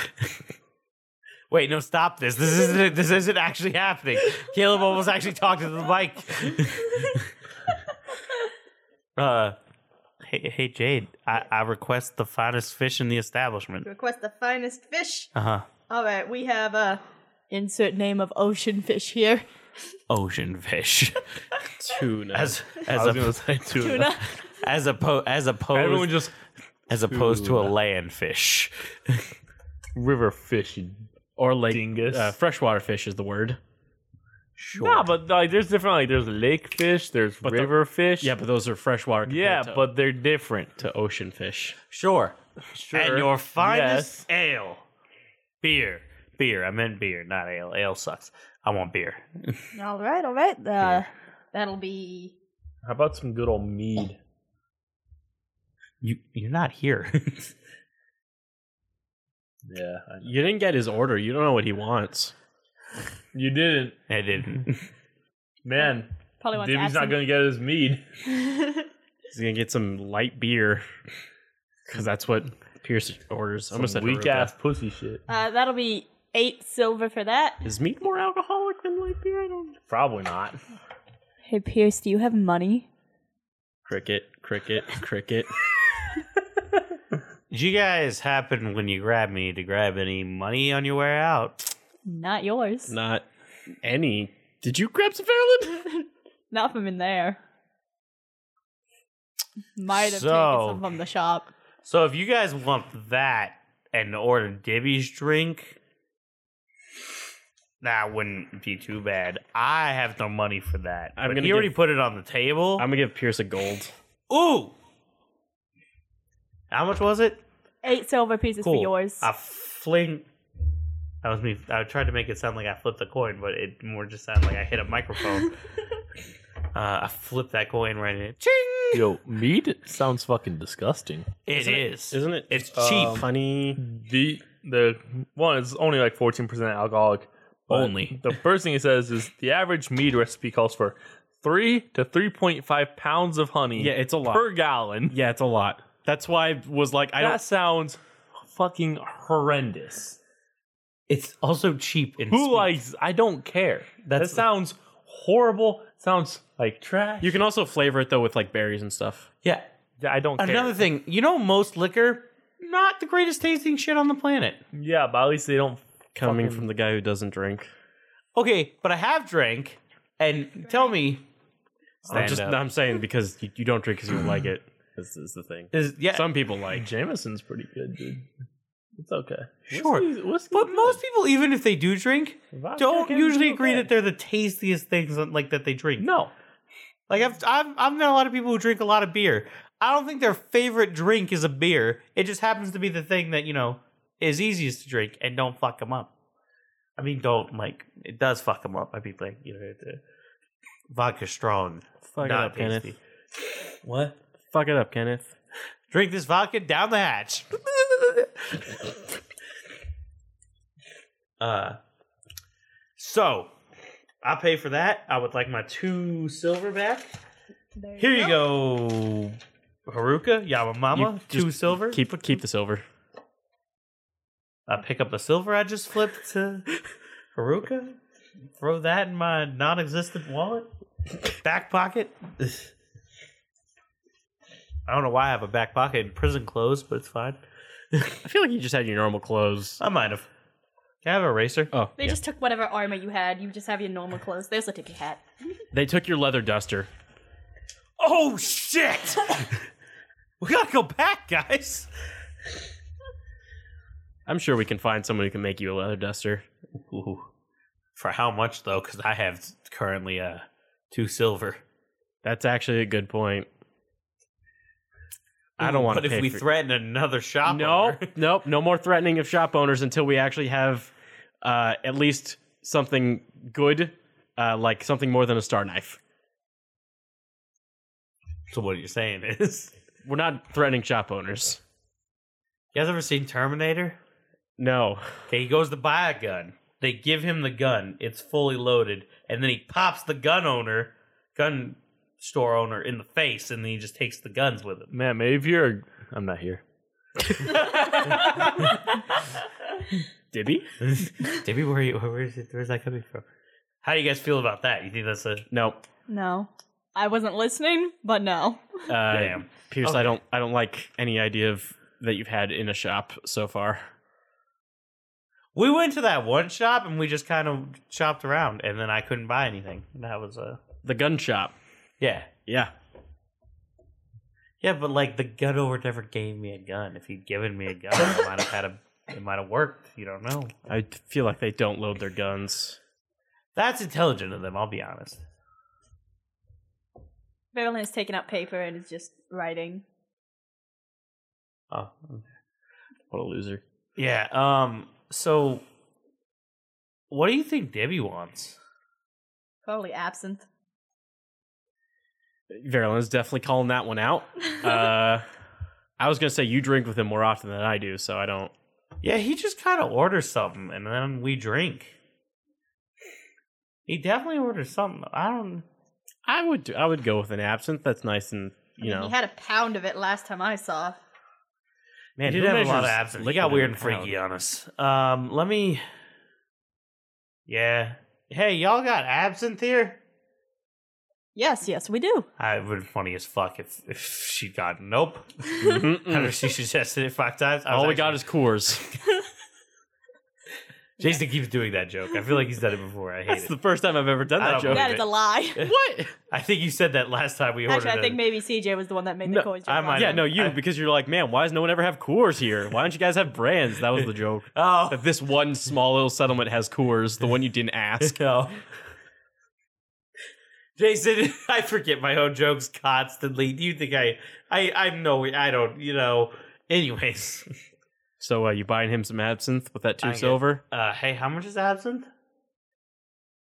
wait no stop this this isn't this isn't actually happening caleb almost actually talked to the mic uh hey, hey jade I, I request the finest fish in the establishment Request the finest fish. uh-huh All right, we have uh insert name of ocean fish here. ocean fish Tuna. as I as was a, gonna say tuna. Tuna. as opposed as Everyone opposed just as opposed to a Tuna. land fish river fish. you or like dingus. Uh, freshwater fish is the word. sure Nah, but like, there's different. Like, there's lake fish. There's the- river fish. Yeah, but those are freshwater. compared yeah, to, but they're different. to ocean fish. sure Sure. And your finest ale. Beer. Beer. I meant beer, not ale. Ale sucks. I want beer. all right, all right. Uh, that'll be How about some good old mead? You you're not here. Yeah, I know. Uh, You didn't get his order. You don't know what he wants. you didn't, I didn't. man. probably wants Dibby's not gonna get his mead. He's gonna get some light beer because that's what Pierce orders. I almost said weak Eruca. ass pussy shit. Uh, that'll be eight silver for that. Is meat more alcoholic than light beer? I don't. Probably not. Hey Pierce, do you have money? Cricket, cricket, cricket. Did you guys happen when you grabbed me to grab any money on your way out? Not yours. Not any. Did you grab some Fairland? Not from in there. Might have So- taken some from the shop. So if you guys want that and order Dibby's drink, that wouldn't be too bad. I have no money for that. I'm but gonna he already give- put it on the table. I'm gonna give Pierce a gold. Ooh. How much was it? Eight silver pieces for yours. I fling. That was me. I tried to make it sound like I flipped a coin, but it more just sounded like I hit a microphone. uh, I flipped that coin right in. Ching! Yo, mead sounds fucking disgusting. Isn't is. Isn't it? um, It's cheap, cheap. honey. The the one is only like fourteen percent alcoholic. but Only. the first thing it says is the average mead recipe calls for three to three point five pounds of honey. Yeah, it's a lot. per gallon. yeah, it's a lot. That's why I was like, I That don't. sounds fucking horrendous. It's also cheap and Who sweet. likes? I don't care. That's- that sounds horrible. Sounds like trash. You can also flavor it though with like berries and stuff. Yeah. I don't care. Another thing, you know, most liquor not the greatest tasting shit on the planet. Yeah, but at least they don't. Coming Fucking- from the guy who doesn't drink. Okay, but I have drank, and tell me, I'm Stand just. up. I'm saying because you, you don't drink because you don't like it. This is the thing. is yeah, Some people like. Jameson's pretty good, dude. It's okay. Sure. Whiskey's- whiskey's but good. most people, even if they do drink, Vodka don't can usually be agree okay. that they're the tastiest things like that they drink. no. Like I've I've I've met a lot of people who drink a lot of beer. I don't think their favorite drink is a beer. It just happens to be the thing that you know is easiest to drink and don't fuck them up. I mean, don't like it does fuck them up. I mean, like you know, the vodka strong, Fuck it not up, tasty. Kenneth. What? Fuck it up, Kenneth. Drink this vodka down the hatch. uh, so I pay for that. I would like my two silver back. There Here you go, Haruka Yamamama. You two just silver. Keep keep the silver. I pick up the silver I just flipped to Haruka. Throw that in my non-existent wallet, back pocket. I don't know why I have a back pocket in prison clothes, but it's fine. I feel like you just had your normal clothes. I might have. Can I have an eraser? Oh, They just took whatever armor you had. You just have your normal clothes. They also took your hat. they took your leather duster. Oh shit! we gotta go back, guys. I'm sure we can find someone who can make you a leather duster. Ooh. For how much though? Because I have currently uh two silver. That's actually a good point. I don't want to But pay if we for- threaten another shop, No, owner- nope, no more threatening of shop owners until we actually have uh, at least something good, uh, like something more than a star knife. So what you're saying is, We're not threatening shop owners. you guys ever seen Terminator? No. Okay, he goes to buy a gun. They give him the gun. It's fully loaded, and then he pops the gun owner, gun store owner, in the face, and then he just takes the guns with him. Man, maybe if you're. A, I'm not here. Did he? Debbie, where are you? Where is it? Where's that coming from? How do you guys feel about that? You think that's a No. No. I wasn't listening, but no. Uh, damn? Pierce, Okay. I don't. I don't like any idea of that you've had in a shop so far. We went to that one shop and we just kind of shopped around, and then I couldn't buy anything. That was a The gun shop. yeah, Yeah. yeah. But like the gun over never gave me a gun. If he'd given me a gun, I might have had a. It might have worked. You don't know. I feel like they don't load their guns. That's intelligent of them. I'll be honest. Beverly has taken up paper and is just writing. Oh, What a loser. yeah. Um. So, what do you think Debbie wants? Probably absinthe. Verlin's definitely calling that one out. Uh, I was gonna say you drink with him more often than I do, so I don't. Yeah, he just kind of orders something and then we drink. He definitely orders something. I don't. I would. Do, I would go with an absinthe. That's nice and you know. He had a pound of it last time I saw. man, he who did have a lot of measures absinthe. He liquid got in weird a and freaky pound? on us. Um, let me. Yeah. Hey, y'all got absinthe here? Yes, yes, we do. I would have been funny as fuck if, if she got nope. Mhm, mm. After she suggested it five times. I was All we actually- got is Coors. Jason keeps doing that joke. I feel like he's done it before. I hate That's it. the first time I've ever done I that don't joke. believe That is a lie. What? I think you said that last time we ordered Actually, I think it. maybe CJ was the one that made No, the coins. I might- Yeah, no, you I- because you're like, man, why does no one ever have Coors here? Why don't you guys have brands? That was the joke. Oh. That this one small little settlement has Coors, the one you didn't ask. No. Jason, I forget my own jokes constantly. Do you think I, I, I'm no, I don't, you know. Anyways, So uh, you buying him some absinthe with that I two get- silver? uh, hey, how much is absinthe?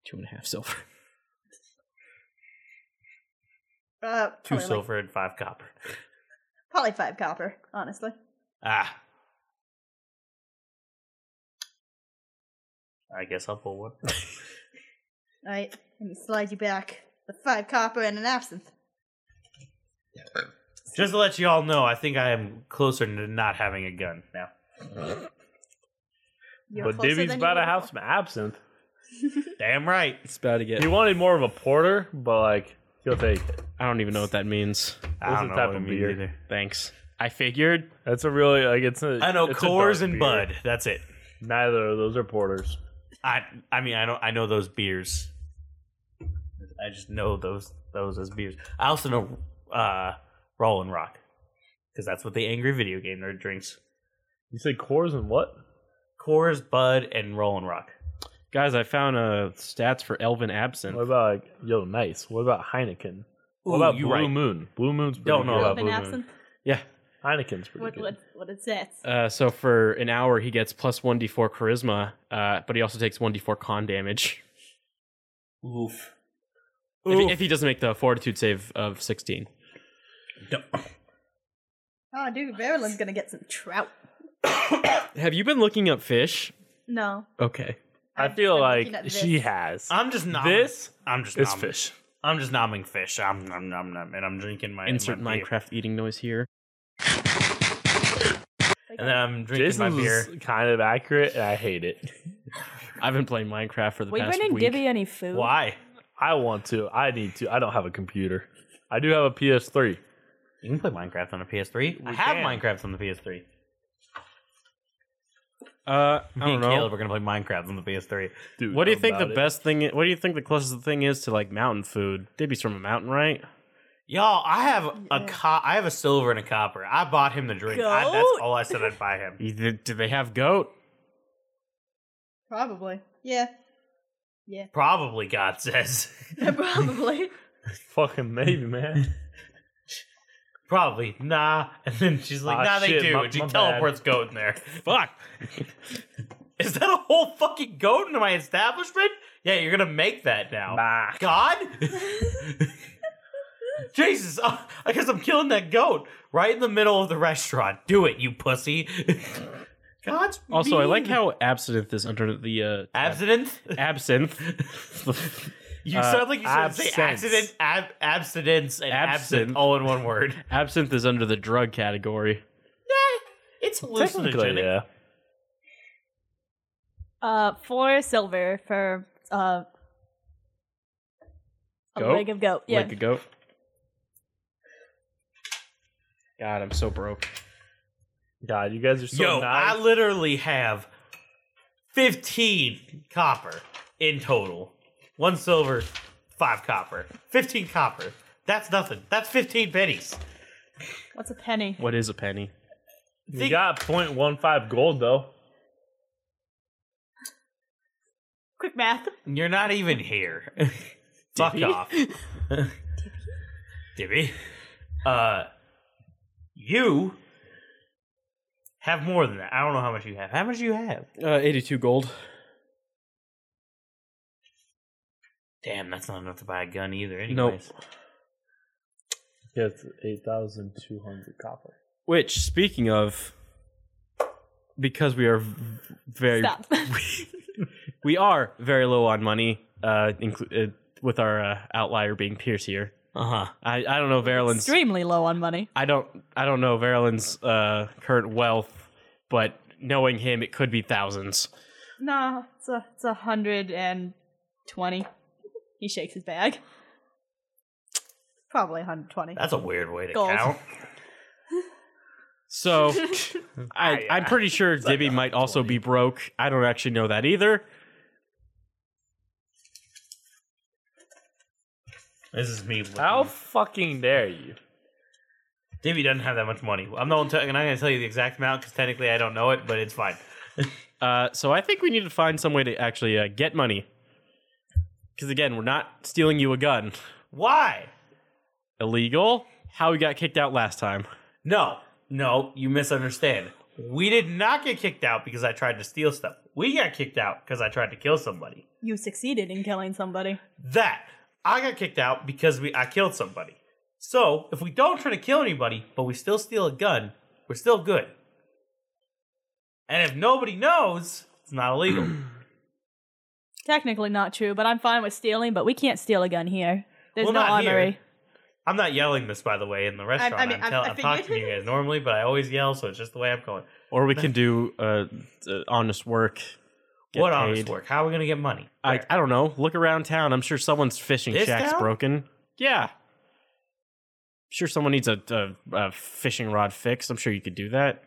Two and a half silver. Uh, Two probably like- silver and five copper. probably five copper, honestly. Ah. I guess I'll pull one. All right, let me slide you back the five copper and an absinthe. Just to let you all know, I think I am closer to not having a gun now. You're but closer Dibby's than about you to were have before. some absinthe. Damn right. It's about to get. He wanted more of a porter, but like he'll take it. I don't even know what that means. I What's don't the know type what it of means beer? either. Thanks. I figured. That's a really like it's a. I know it's a Coors dark and beer. Bud. That's it. Neither of those are porters. I I mean I don't I know those beers. I just know those those as beers. I also know uh Rolling Rock because that's what the angry video game nerd drinks. You said Coors and what? Coors, Bud, and Rolling Rock. Guys, I found uh, stats for Elvin absinthe. What about like yo nice? What about Heineken? What Ooh, about you Blue right. Moon? Blue Moon's pretty Don't know good. about An Blue Moon. absinthe? Yeah. Heineken's pretty What, good. what, what it says. Uh, so for an hour, he gets plus one d4 charisma, uh, but he also takes one d4 con damage Oof. if he, if he doesn't make the fortitude save of 16. oh, dude, Verulin's gonna get some trout. Have you been looking up fish? No. Okay. I I'm feel looking at like this. she has. I'm just nomming. this I'm just is nomming. fish. I'm just nomming fish. I'm nom nom nom, and I'm drinking my Insert my beer. Minecraft eating noise here. and then I'm drinking Jason's my beer. was kind of accurate, and I hate it. I've been playing Minecraft for the We past bringing week. Dibby any food? Why? I want to. I need to. I don't have a computer. I do have a PS3. You can play Minecraft on a PS3. I have Minecraft on the PS3. uh, I Me don't and know. Caleb are gonna play Minecraft on the PS3. Dude, What do you I'm think the about it. best thing? What do you think the closest thing is to like mountain food? Dibby's from a mountain, right? Y'all, I have a co- I have a silver and a copper. I bought him the drink. I, that's Goat? all I said I'd buy him. You th- Do they have goat? Probably. Yeah. Probably God says. Probably. Fucking maybe, man. Probably nah. And then she's like, Ah, Nah, shit, they do. my- and she my bad. teleports goat in there. Fuck. Is that a whole fucking goat in my establishment? Yeah, you're gonna make that now. Bah. God. Jesus, uh, I guess I'm killing that goat right in the middle of the restaurant. Do it, you pussy. God's Also, I like mean. how absinthe is under the uh, tab. abstinence. absinthe. You Uh, sound like you should say absence. accident, ab- abstinence, and absent Absinthe. all in one word. absinthe is under the drug category. It's Technically, hallucinogenic. yeah. Uh, four silver for uh, a Goat? leg of goat. Yeah. Like a goat. God, I'm so broke. God, you guys are so Yo, nice. I literally have 15 copper in total. One silver, five copper. 15 copper. That's nothing. That's 15 pennies. What's a penny? What is a penny? you got 0.15 gold though. Quick math. You're not even here. Fuck off. Dibby. Uh, you have more than that. I don't know how much you have. How much do you have? Uh, 82 gold. Damn, that's not enough to buy a gun either. Anyways. Nope. Yeah, it's 8,200 copper. Which, speaking of, because we are v- very Stop. we are very low on money, uh, inclu- uh with our uh, outlier being Pierce here. Uh huh. I, I don't know Verilyn's. Extremely low on money. I don't I don't know Verilyn's uh, current wealth, but knowing him, it could be thousands. No, it's a it's a hundred and twenty. He shakes his bag. Probably hundred twenty. That's a weird way to Gold. count. So I, I'm pretty sure Dibby might also be broke. I don't actually know that either. This is me. How How? fucking dare you? Dibby doesn't have that much money. I'm not. T- I'm not gonna tell you the exact amount because technically I don't know it, but it's fine. Uh, so I think we need to find some way to actually uh, get money. Because again, we're not stealing you a gun. Why? Illegal. How we got kicked out last time. No, no, you misunderstand. We did not get kicked out because I tried to steal stuff. We got kicked out because I tried to kill somebody. You succeeded in killing somebody. That I got kicked out because we I killed somebody. So if we don't try to kill anybody, but we still steal a gun, we're still good. And if nobody knows, it's not illegal. Technically not true, but I'm fine with stealing. But we can't steal a gun here. There's Well, no not here. armory. I'm not yelling this, by the way, in the restaurant. I'm, mean, I'm- tell- I I'm talking to you figured. guys normally, but I always yell, so it's just the way I'm going. Or we can do uh, uh, honest work. get what honest paid. work? How are we going to get money? I, I don't know. Look around town. I'm sure someone's fishing This shack's town? broken. Yeah. sure someone needs a, a, a fishing rod fixed. I'm sure you could do that.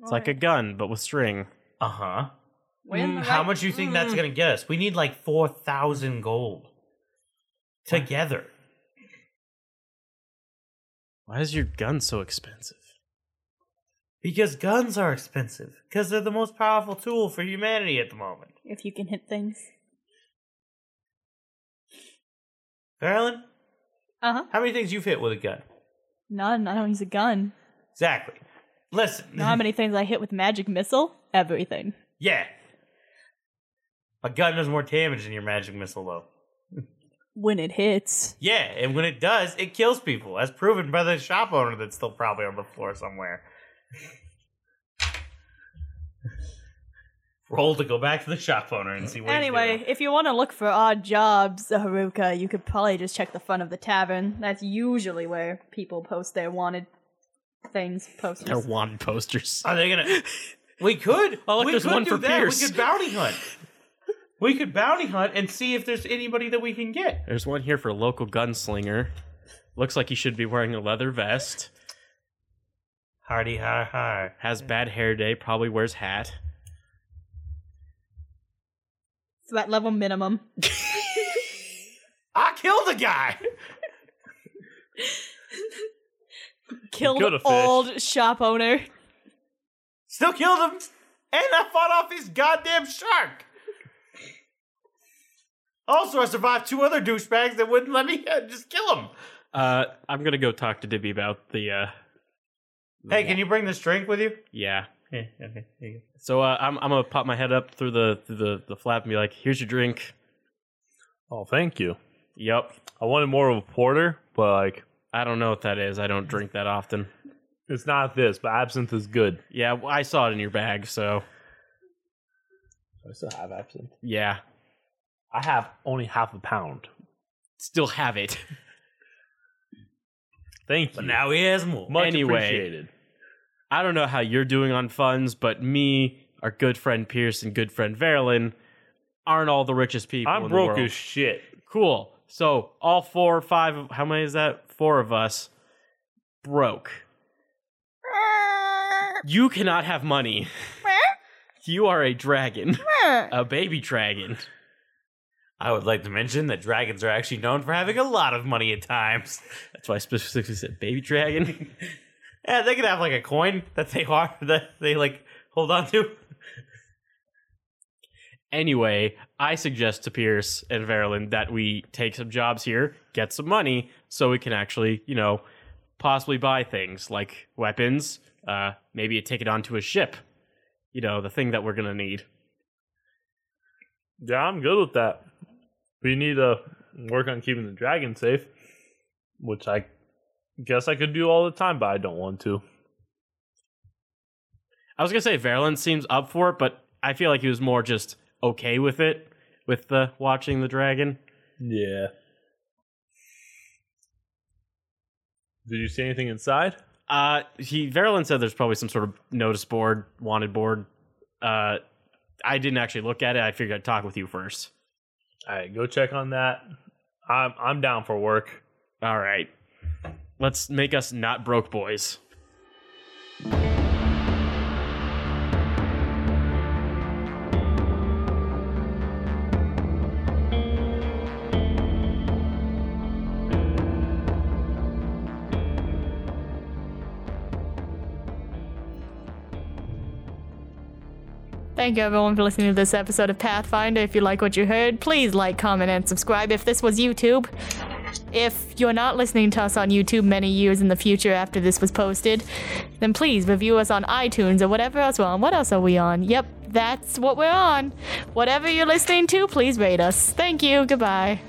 It's like a gun, but with string. Uh huh. We're in the Mm, How right- much you think that's gonna get us? We need like four thousand gold together. Why is your gun so expensive? Because guns are expensive. Because they're the most powerful tool for humanity at the moment. if you can hit things. Carolyn, Uh huh. how many things you've hit with a gun? None. I don't use a gun. Exactly. Listen. You know how many things I hit with magic missile? Everything. yeah. A gun does more damage than your magic missile, though. When it hits. Yeah, and when it does, it kills people, as proven by the shop owner that's still probably on the floor somewhere. Roll to go back to the shop owner and see what. he's doing. Anyway, if you want to look for odd jobs, Haruka, you could probably just check the front of the tavern. That's usually where people post their wanted things They're posters. wanted posters. Are they gonna? We could. Oh, look, we there's could one do for that. Pierce. We could bounty hunt. We could bounty hunt and see if there's anybody that we can get. There's one here for a local gunslinger. Looks like he should be wearing a leather vest. Hardy har har. Has bad hair day. Probably wears hat. Threat level minimum. I killed a guy. Killed killed a fish. old shop owner. Still killed him, and I fought off his goddamn shark. Also, I survived two other douchebags that wouldn't let me uh, just kill them. Uh, I'm gonna go talk to Dibby about the. Uh, Hey, can you bring this drink with you? yeah. Yeah, okay. Here you go. So uh, I'm I'm gonna pop my head up through the through the the flap and be like, "Here's your drink." Oh, thank you. Yep. I wanted more of a porter, but like I don't know what that is. I don't drink that often. it's not this. But absinthe is good. Yeah, well, I saw it in your bag, so I still have absinthe. yeah. I have only half a pound. Still have it. Thank But you. now he has more. Much Anyway. appreciated. I don't know how you're doing on funds, but me, our good friend Pierce, and good friend Verlin aren't all the richest people. I'm in broke the world. as shit. Cool. So all four or five of how many is that? Four of us broke. You cannot have money. You are a dragon. A baby dragon. I would like to mention that dragons are actually known for having a lot of money at times. That's why I specifically said baby dragon. Yeah, they could have like a coin that they are that they like hold on to. Anyway, I suggest to Pierce and Verilyn that we take some jobs here, get some money, so we can actually, you know, possibly buy things like weapons, uh, maybe take it onto a ship. You know, the thing that we're gonna need. Yeah, I'm good with that. We need to work on keeping the dragon safe, which I guess I could do all the time, but I don't want to. I was gonna say Verilyn seems up for it, but I feel like he was more just okay with it, with the watching the dragon. Yeah. Did you see anything inside? Uh, he Verilyn said there's probably some sort of notice board, wanted board. Uh, I didn't actually look at it. I figured I'd talk with you first. All right, go check on that. I'm I'm down for work. All right, let's make us not broke boys. Thank you everyone for listening to this episode of Pathfinder. If you like what you heard, please like, comment, and subscribe if this was YouTube. If you're not listening to us on YouTube many years in the future after this was posted, then please review us on iTunes or whatever else we're on. What else are we on? Yep, that's what we're on. Whatever you're listening to, please rate us. Thank you. Goodbye.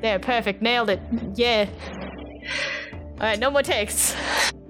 There, perfect. Nailed it. Yeah. All right, no more takes.